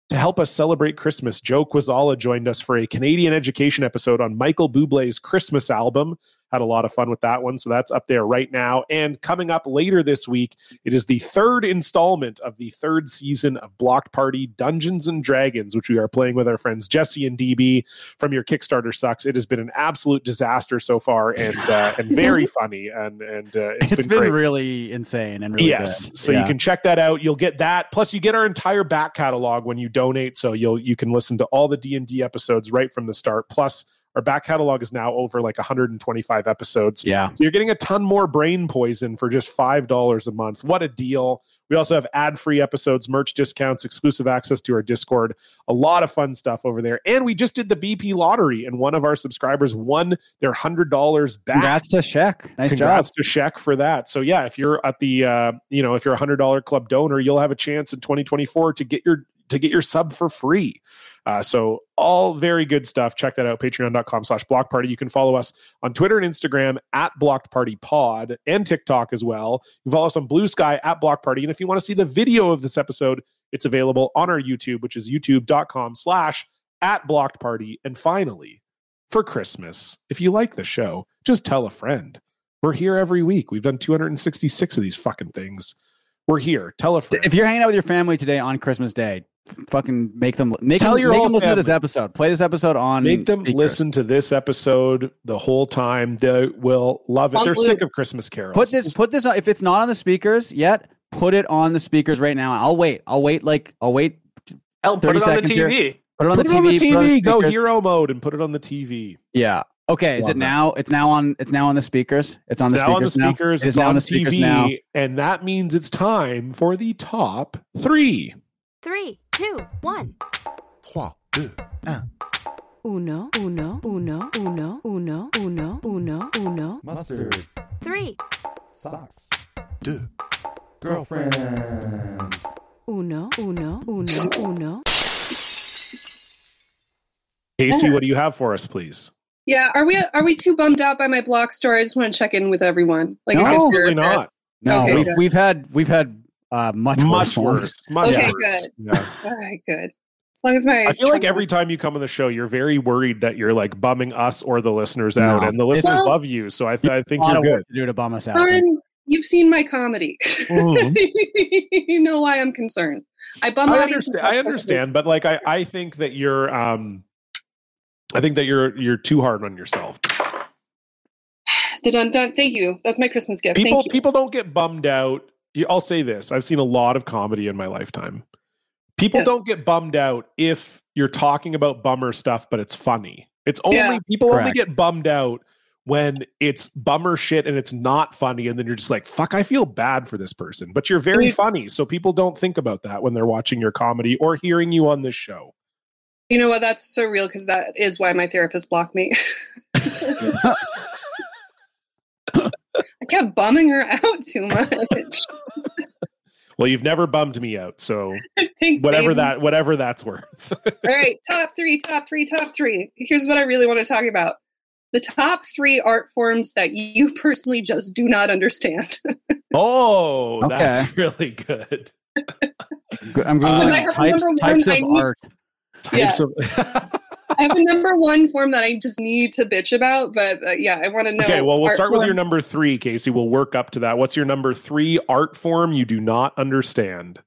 to help us celebrate Christmas, Joe Quazala joined us for a Canadian education episode on Michael Bublé's Christmas album. Had a lot of fun with that one, so that's up there right now. And coming up later this week, it is the third installment of the third season of Blocked Party Dungeons and Dragons, which we are playing with our friends Jesse and DB from your Kickstarter sucks. It has been an absolute disaster so far, and uh, and <laughs> very funny, and and uh, <laughs> it's been, great really insane and really yes good. so Yeah. you can check that out you'll get that plus you get our entire back catalog when you donate so you'll you can listen to all the d&d episodes right from the start plus our back catalog is now over like 125 episodes Yeah. so you're getting a ton more brain poison for just $5 a month. What a deal. We also have ad free episodes, merch discounts, exclusive access to our Discord, a lot of fun stuff over there. And we just did the BP lottery, and one of our subscribers won their $100 back Congrats to Shek. Nice congrats job. to Shek for that. So yeah, if you're at the uh, you know if you're a hundred dollar club donor, you'll have a chance in 2024 to get your to get your sub for free. Uh, so all very good stuff. Check that out. Patreon.com slash block party. You can follow us on Twitter and Instagram at blocked party pod and TikTok as well. You can follow us on blue sky at block party. And if you want to see the video of this episode, it's available on our YouTube, which is youtube.com slash at blocked party. And finally, for Christmas, if you like the show, just tell a friend. We're here every week. We've done 266 of these fucking things. We're here. Tell a friend. If you're hanging out with your family today on Christmas Day, f- fucking make them make Tell them, your make whole them listen to this family. episode. Play this episode on Make them speakers. listen to this episode the whole time. They will love it. On They're loop. sick of Christmas carols. Put this put this on if it's not on the speakers yet, put it on the speakers right now. I'll wait. I'll wait like I'll wait. Hell, put it 30 on the seconds here. TV. Put it on Put the it TV. on the put it on TV. Go speakers. hero mode and put it on the TV. Yeah. Okay. Is Love it that. now? It's now on. It's now on the speakers. It's on the It's now on the speakers now. speakers. It is It's now on on the speakers now. TV, and that means it's time for the top three. Three, two, one. Uno, uno, uno, uno, uno, uno, uno, uno. Mustard. Three, Socks. Deux. Girlfriends. uno, uno, uno, uno. Casey, what do you have for us, please? Yeah, are we are we too bummed out by my blog store? I just want to check in with everyone. Like, No, if there's absolutely therapist. not. No, Okay, we've good. we've had we've had uh, much Much ones. worse. Much <laughs> Okay, worse. Yeah. All right, good. As long as my I feel like every time you come on the show, you're very worried that you're like bumming us or the listeners out, No. and the listeners Well- love you. So I, th- I think lot you're of good. work to do to bum us out. Lauren, you've seen my comedy. <laughs> Mm-hmm. Mhm. you know why I'm concerned. I bum I out understand. I understand, but like I, I think that you're, um, I think that you're you're too hard on yourself. The dun dun. Thank you. That's my Christmas gift. people thank you. people don't get bummed out You- i'll say this i've seen a lot of comedy in my lifetime people Yes. don't get bummed out if you're talking about bummer stuff but it's funny it's only Yeah. people only Correct. get bummed out when it's bummer shit and it's not funny and then you're just like fuck i feel bad for this person but you're very you- funny so people don't think about that when they're watching your comedy or hearing you on this show You know what? That's so real because that is why my therapist <laughs> blocked me. I kept bumming her out <laughs> too much. well you've never bummed me out so Thanks, whatever baby. that whatever that's worth All right, top three, top three, top three. Here's what I really want to talk about: the top three art forms that you <laughs> personally just do not understand. <laughs> oh Okay. that's <laughs> really good Good- I'm Uh, googling I remember types one types I of need- art. types Yeah. of I have a number one form that I just need to bitch about, but uh, yeah, I want to know. okay well we'll art start with your form. number three casey we'll work up to that what's your number three art form you do not understand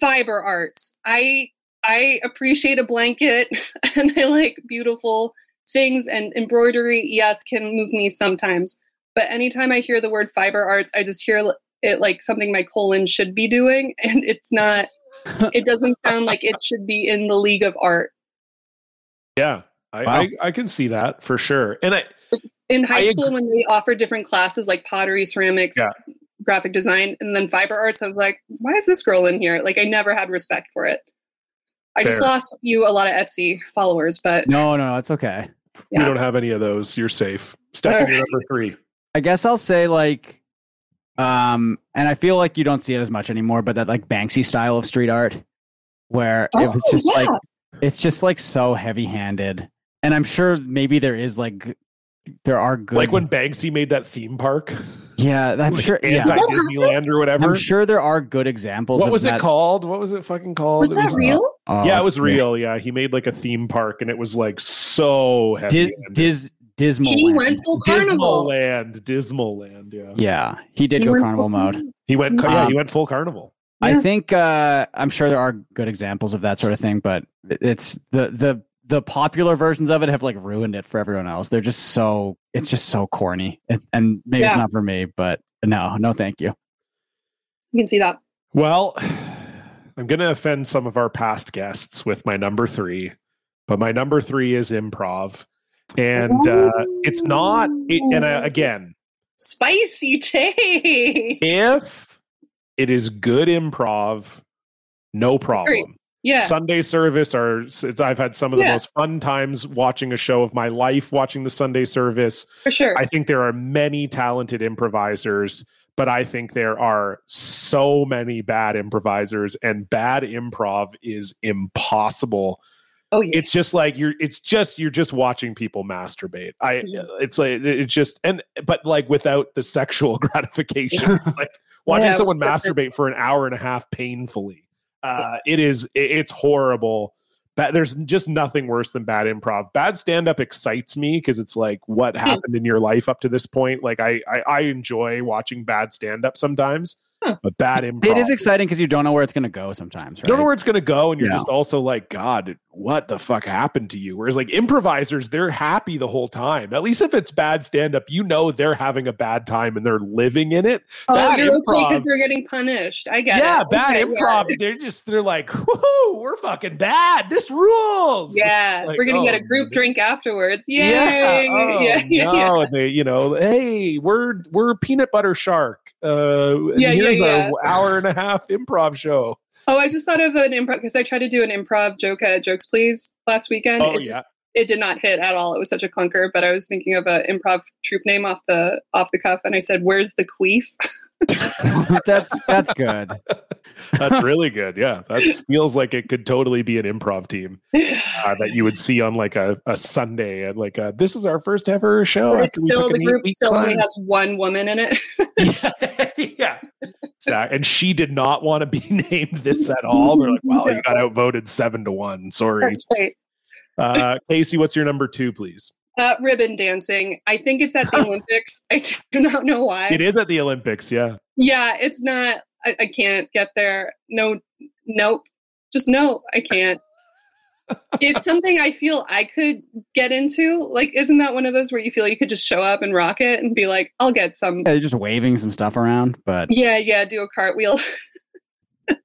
fiber arts. I I appreciate a blanket <laughs> and I like beautiful things and embroidery. Yes, can move me sometimes, but anytime I hear the word fiber arts, I just hear it like something my colon should be doing, and it's not. it doesn't sound like it should be in the league of art yeah I, Wow. I i can see that for sure and i in high I school when they offer different classes like pottery, ceramics. Yeah. graphic design and then fiber arts i was like why is this girl in here like i never had respect for it i just Fair. lost you a lot of etsy followers but No, no, no, it's okay. we Yeah. don't have any of those you're safe stephanie Alright. number three I guess I'll say like, um, and I feel like you don't see it as much anymore, but that like Banksy style of street art, where Oh, it's just yeah. like it's just like so heavy handed, and I'm sure maybe there is like g- there are good like when banksy made that theme park yeah I'm like sure yeah anti-disneyland or whatever I'm sure there are good examples. what of was that. it called what was it fucking called was It that real Oh, yeah it it's was great. real yeah he made like a theme park and it was like so Dis, heavy dis, dismal. He Land. went full dismal carnival. land dismal land yeah yeah, he did He go went carnival full mode. carnival. He went, yeah, he Um, went full carnival. I Yeah. think uh, I'm sure there are good examples of that sort of thing, but it's the the the popular versions of it have like ruined it for everyone else. They're just so it's just so corny, and, and maybe it's Yeah. not for me, but no, no, thank you. You can see that. Well, <sighs> I'm going to offend some of our past guests with my number three, but my number three is improv. And uh, it's not, it, and I, again, <laughs> Spicy take. if it is good improv, no problem. Yeah. Sunday service are it's- I've had some of the Yeah. most fun times watching a show of my life watching the Sunday service. for sure. I think there are many talented improvisers, but I think there are so many bad improvisers and bad improv is impossible. Oh yeah. It's just like you're it's just you're just watching people masturbate. I it's like it's just and but like without the sexual <laughs> gratification. like watching Yeah, someone what's the- masturbate for an hour and a half painfully. Uh it is it- it's horrible. But there's just nothing worse than bad improv. Bad stand up excites me because it's like what Hmm. happened in your life up to this point. Like I I, I enjoy watching bad stand up sometimes, Huh. but bad improv. It is exciting because you don't know where it's going to go sometimes, You right? don't know where it's going to go. And you're Yeah. just also like, God, what the fuck happened to you? Whereas like improvisers, they're happy the whole time. At least if it's bad stand up, you know they're having a bad time and they're living in it. Oh, Bad you're okay improv. because they're getting punished. I get yeah, it. bad Okay, improv. They're just, they're like, whoo, we're fucking bad. This rules. Yeah, Like, we're gonna get oh, a group man. drink afterwards. Yay! Yeah. Oh, <laughs> yeah, yeah, yeah. no. And they, you know, hey, we're we're peanut butter shark. Uh, and Yeah, yeah, here's yeah. our hour and a half improv show. Oh, I just thought of an improv because I tried to do an improv joke at Jokes Please last weekend. Oh it, yeah, it did not hit at all. It was such a clunker. But I was thinking of an improv troupe name off the off the cuff, and I said, "Where's the <laughs> queef?" <laughs> that's that's good. that's really good. Yeah, <laughs> that feels like it could totally be an improv team. uh, that you would see on like a, a Sunday and like uh this is our first ever show. But after it's Oh, we still took the an group eight-week still only cleanse." has one woman in <laughs> it. <laughs> yeah. Exact- And she did not want to be <laughs> named this at all. We're like, wow, you got outvoted seven to one. Sorry. That's right. Uh, Casey, what's your number two, please? Uh, ribbon dancing. I think it's <laughs> at the Olympics. I do not know why. It is at the Olympics. Yeah. yeah it's not I, I can't get there no nope just no i can't <laughs> it's something i feel i could get into like isn't that one of those where you feel you could just show up and rock it and be like i'll get some Yeah, you're just waving some stuff around, but yeah yeah do a cartwheel <laughs>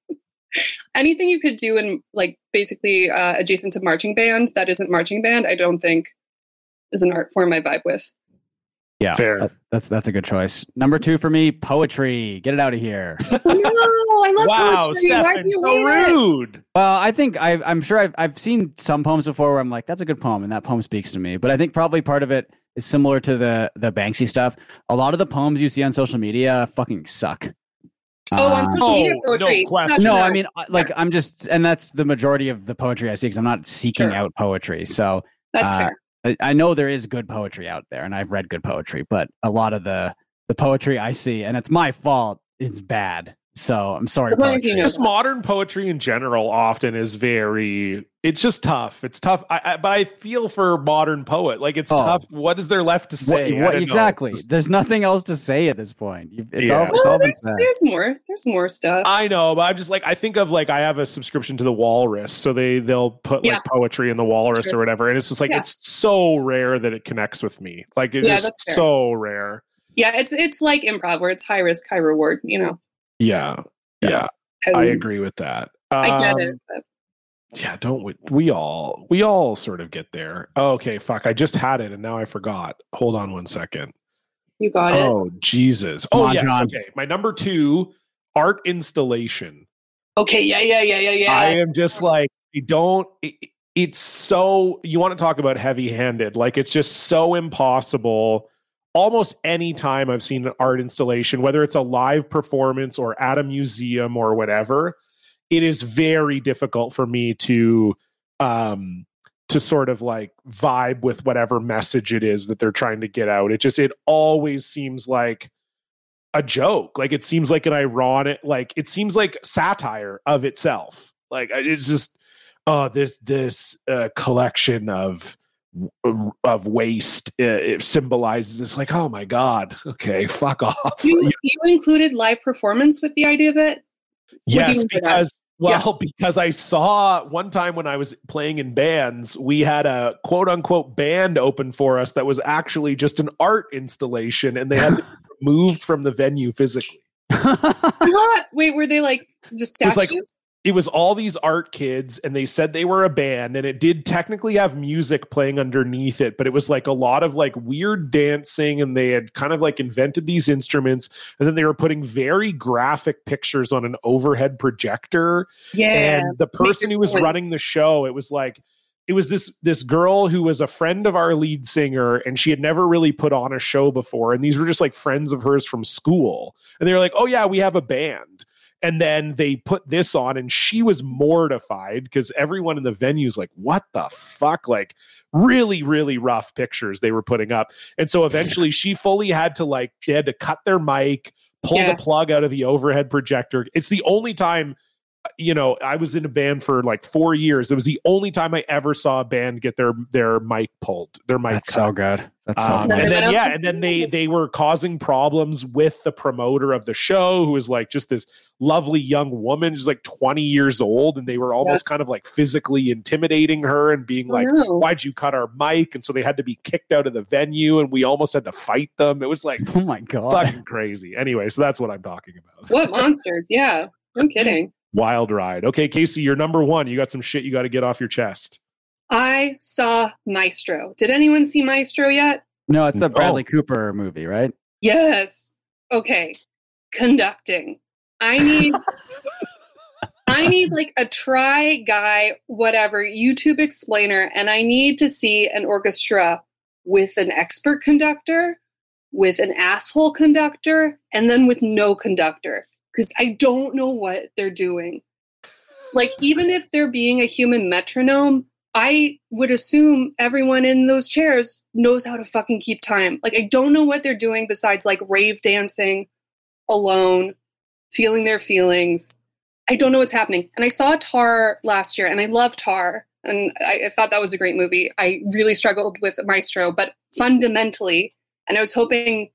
anything you could do in like basically uh, adjacent to marching band that isn't marching band i don't think is an art form i vibe <laughs> with yeah, Fair. that- that's that's a good choice. Number two for me, poetry. Get it out of here. no i love Wow, poetry why do Stefan, you so hate it? rude. Well, I think I've, I'm sure I've, I've seen some poems before where I'm like, that's a good poem, and that poem speaks to me. But I think probably part of it is similar to the the Banksy stuff. A lot of the poems you see on social media fucking suck. oh on Uh, social media no, no poetry question. no, I Not- mean, I- like I'm just, and that's the majority of the poetry I see because I'm not seeking Sure. out poetry. So that's uh, fair I, I know there is good poetry out there, and I've read good poetry, but a lot of the the poetry I see, and it's my fault, it's bad. So I'm sorry. As long as you poetry. know. Just modern poetry in general often is very. It's just tough. It's tough. I, I but I feel for modern poet. Like it's Oh. tough. What is there left to What- say? I what- don't know. exactly. There's nothing else to say at this point. You- It's Yeah. all, it's Well, all been there's, said. there's more. There's more stuff. I know, but I'm just like I think of like I have a subscription to the Walrus, so they they'll put Yeah. like poetry in the Walrus Sure. or whatever, and it's just like Yeah. it's so rare that it connects with me. Like it is Yeah, that's fair. so rare. yeah, it's it's like improv where it's high risk, high reward. You know. Yeah, yeah, High I reward. agree with that. I get Um, it. but- Yeah, don't we, we all we all sort of get there. Oh, okay, fuck, I just had it and now I forgot. Hold on one second. You got it. Oh Jesus! Come Oh on, yes, John. okay. My number two, art installation. Okay. Yeah. Yeah. Yeah. Yeah. Yeah. I am just like, you don't. It, it's so you want to talk about heavy-handed. Like it's just so impossible. Almost any time I've seen an art installation, whether it's a live performance or at a museum or whatever, it is very difficult for me to um to sort of like vibe with whatever message it is that they're trying to get out. It just it always seems like a joke. Like it seems like an ironic, like it seems like satire of itself. Like I- it's just, oh, this this uh, collection of of waste uh, it symbolizes. It's like, oh my god, okay, fuck <laughs> off. you, you included live performance with the idea <laughs> of it. do you Yes, mean by that? because well, <laughs> because I saw one time when I was playing in bands, we had a quote unquote band open for us that was actually just an art installation, and they had to <laughs> be removed from the venue physically. <laughs> What? Wait, were they like just It was statues? like- it was all these art kids and they said they were a band and it did technically have music playing underneath it but it was like a lot of like weird dancing and they had kind of like invented these instruments and then they were putting very graphic pictures on an overhead projector yeah. and the person who was point. running the show it was like it was this this girl who was a friend of our lead singer and she had never really put on a show before and these were just like friends of hers from school and they were like oh yeah we have a band and then they put this on and she was mortified because everyone in the venue's like what the fuck like really really rough pictures they were putting up and so eventually she fully had to like they had to cut their mic pull Yeah. the plug out of the overhead projector it's the only time you know, I was in a band for like four years. It was the only time I ever saw a band get their their mic pulled, their mic That's cut. so good. That's so Um, and funny. They then went yeah, up- and then they they were causing problems with the promoter of the show, who was like just this lovely young woman, she's like twenty years old, and they were almost kind of like physically intimidating her and being like, Oh, no. "Why'd you cut our mic?" And so they had to be kicked out of the venue, and we almost had to fight them. It was like <laughs> Oh my god. fucking crazy. Anyway, so that's what I'm talking about. what monsters? Yeah, no kidding. Wild ride. Okay, Casey, you're number one. You got some shit you got to get off your chest. I saw Maestro. Did anyone see Maestro yet? No, it's the No. Bradley Cooper movie, right? Yes. Okay. Conducting. I need I need like a try guy whatever YouTube explainer and I need to see an orchestra with an expert conductor, with an asshole conductor, and then with no conductor cuz I don't know what they're doing. Like even if they're being a human metronome, I would assume everyone in those chairs knows how to fucking keep time. Like, I don't know what they're doing besides like rave dancing alone, feeling their feelings. I don't know what's happening. And I saw Tar last year and I love Tar. And I, I thought that was a great movie. I really struggled with Maestro, but fundamentally, and I was hoping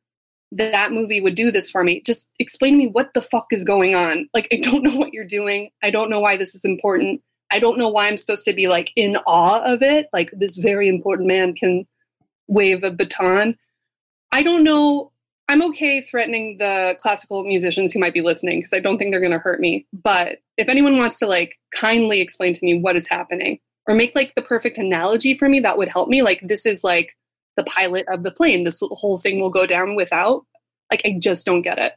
that that movie would do this for me. Just explain to me what the fuck is going on. Like, I don't <laughs> know what you're doing. I don't know why this is important. I don't know why I'm supposed to be like in awe of it. Like this very important man can wave a baton. I don't know. I'm okay threatening the classical musicians who might be listening because I don't think they're going to hurt me. But if anyone wants to like kindly explain to me what is happening or make like the perfect analogy for me, that would help me. Like this is like the pilot of the plane. This whole thing will go down without. Like I just don't get it.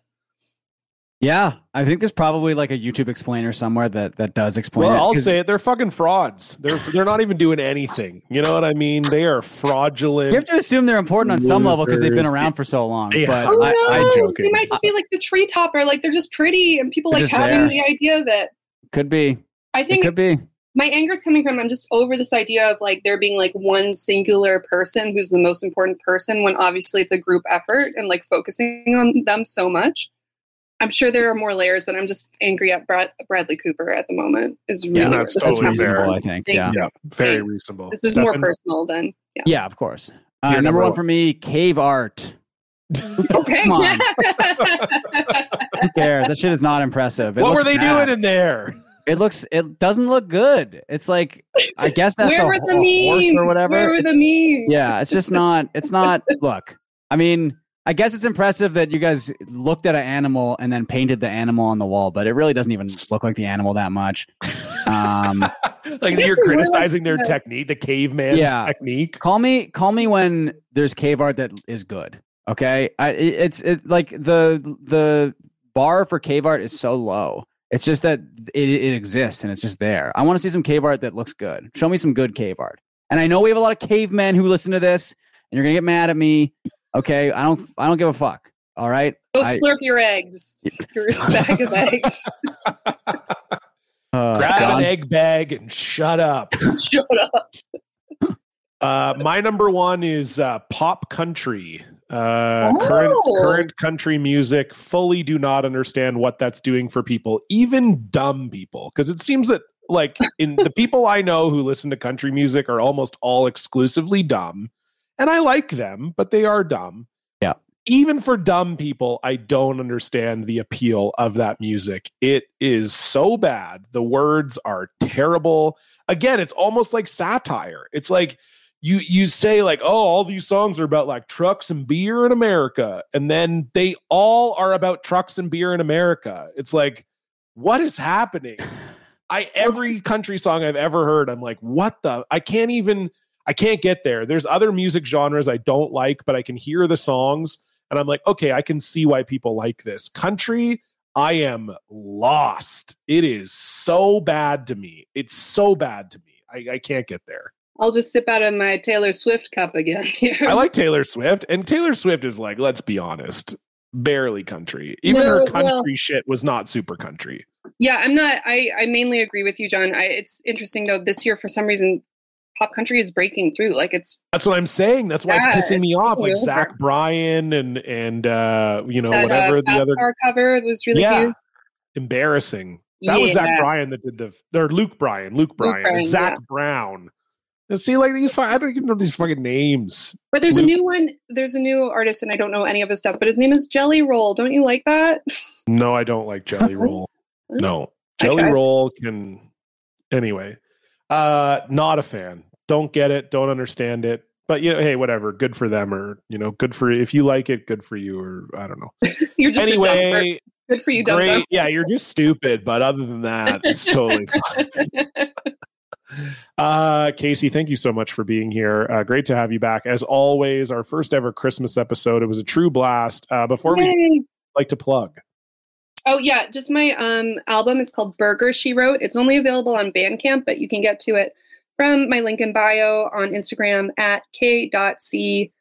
Yeah, I think there's probably like a YouTube explainer somewhere that that does explain. Well, it, I'll 'cause- say it. They're fucking frauds. They're they're not even doing anything. You know what I mean? They are fraudulent. You have to assume they're important on some level because they've been Losers. around for so long. Yeah. But Who I, I knows? joke They it might just be like the tree topper. Like they're just pretty, and people They're like just there. having the idea that could be. I It think could be. my anger's coming from I'm just over this idea of like there being like one singular person who's the most important person when obviously it's a group effort and like focusing on them so much. I'm sure there are more layers, but I'm just angry at Brad- Bradley Cooper at the moment. Is really Yeah, where that's this That's is totally coming fair. from. reasonable, I think. Thank Yeah. yeah, very Thanks. reasonable. This is more Stefan? personal than yeah. Yeah, of course. Uh, You're number number one one. for me, cave art. Okay. Come <laughs> on. Who cares? That shit is not impressive. It What were looks they bad. doing in <laughs> there? It looks. It doesn't look good. It's like I <laughs> guess that's Where a, were a the horse memes? or whatever. Where were the <laughs> memes? yeah, it's just not. It's <laughs> not. Look, I mean, I guess it's impressive that you guys looked at an animal and then painted the animal on the wall, but it really doesn't even look like the animal that much. Um, Like This you're is really criticizing their good. technique, the caveman's Yeah. technique. call me, call me when there's cave art that is good. Okay, I, it- it's it, like the the bar for cave art is so low. It's just that it, it exists and it's just there. I want to see some cave art that looks good. Show me some good cave art. And I know we have a lot of cavemen who listen to this, and you're gonna get mad at me. Okay, I don't, I don't give a fuck. All right. Go I- slurp <laughs> your eggs. Your bag of eggs. <laughs> Uh, Grab John? an egg bag and shut up. Shut up. Uh, my number one is uh, pop country. Uh, Oh. current current country music. Fully do not understand what that's doing for people, even dumb people, because it seems that like in the people I know who listen to country music are almost all exclusively dumb, and I like them, but they are dumb. Yeah. Even for dumb people, I don't understand the appeal of that music. It is so bad. The words are terrible. Again, it's almost like satire. It's like you you say like oh all these songs are about like trucks and beer in america and then they all are about trucks and beer in america it's like what is happening i every country song i've ever heard i'm like what the i can't even i can't get there there's other music genres i don't like but i can hear the songs and i'm like okay i can see why people like this country i am lost it is so bad to me it's so bad to me i, I can't get there I'll just sip out of my Taylor Swift cup again <laughs> here. I like Taylor Swift, and Taylor Swift is like, let's be honest, barely country. Even her No, country well- shit was not super country. yeah, I'm not. I I mainly agree with you, John. I, it's interesting though. This year, for some reason, pop country is breaking through. Like it's That's what I'm saying. That's why Yeah, it's pissing me off. Like over. Zach Bryan and and uh, you know that whatever uh, the fast other car cover was really yeah, cute. embarrassing. That was Yeah. Zach Bryan that did the or Luke Bryan, Luke Bryan, and Bryan, Zach yeah. Brown. And see, like these, fi- I don't even know these fucking names. But there's a Luke- new one. There's a new artist, and I don't know any of his stuff. But his name is Jelly Roll. Don't you like that? <laughs> No, I don't like Jelly Roll. No, Jelly Okay. Roll can. Anyway, uh, not a fan. Don't get it. Don't understand it. But you know, hey, whatever. Good for them, or you know, good for if you like it, good for you, or I don't know. You're just a dumb person. Anyway, Good for you, dumb great. Yeah, you're just stupid. But other than that, it's totally <laughs> fine. Uh, Casey, thank you so much for being here. Uh, great to have you back. As always, our first ever Christmas episode. It was a true blast. Uh, before we Yay. like to plug, Oh yeah, just my um album. It's called Burger She Wrote. It's only available on Bandcamp, but you can get to it from my link in bio on Instagram at k.c.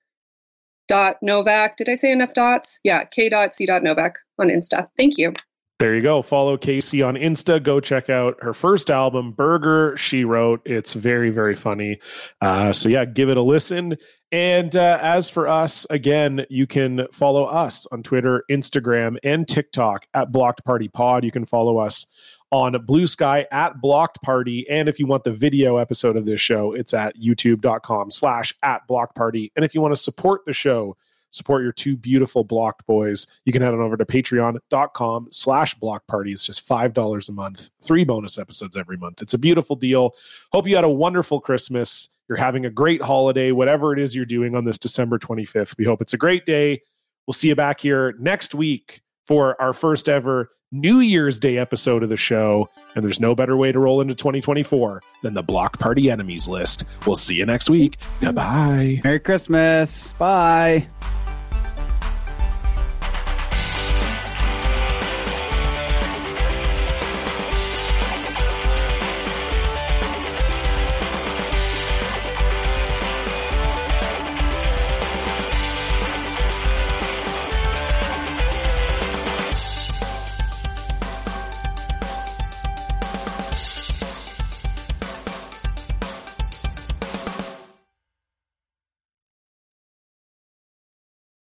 dot Novak. Did I say enough dots? Yeah, k.c. dot Novak on Insta. Thank you. There you go. Follow Casey on Insta. Go check out her first album, Burger She Wrote. It's very, very funny. Uh, so, yeah, give it a listen. And uh, as for us, again, you can follow us on Twitter, Instagram, and TikTok at Blocked Party Pod. You can follow us on Blue Sky at Blocked Party. And if you want the video episode of this show, it's at youtube.com slash at Blocked Party. And if you want to support the show, support your two beautiful blocked boys you can head on over to patreon.com slash block party it's just five dollars a month three bonus episodes every month it's a beautiful deal hope you had a wonderful christmas you're having a great holiday whatever it is you're doing on this december 25th we hope it's a great day we'll see you back here next week for our first ever new year's day episode of the show and there's no better way to roll into 2024 than the block party enemies list we'll see you next week goodbye Merry Christmas. Bye.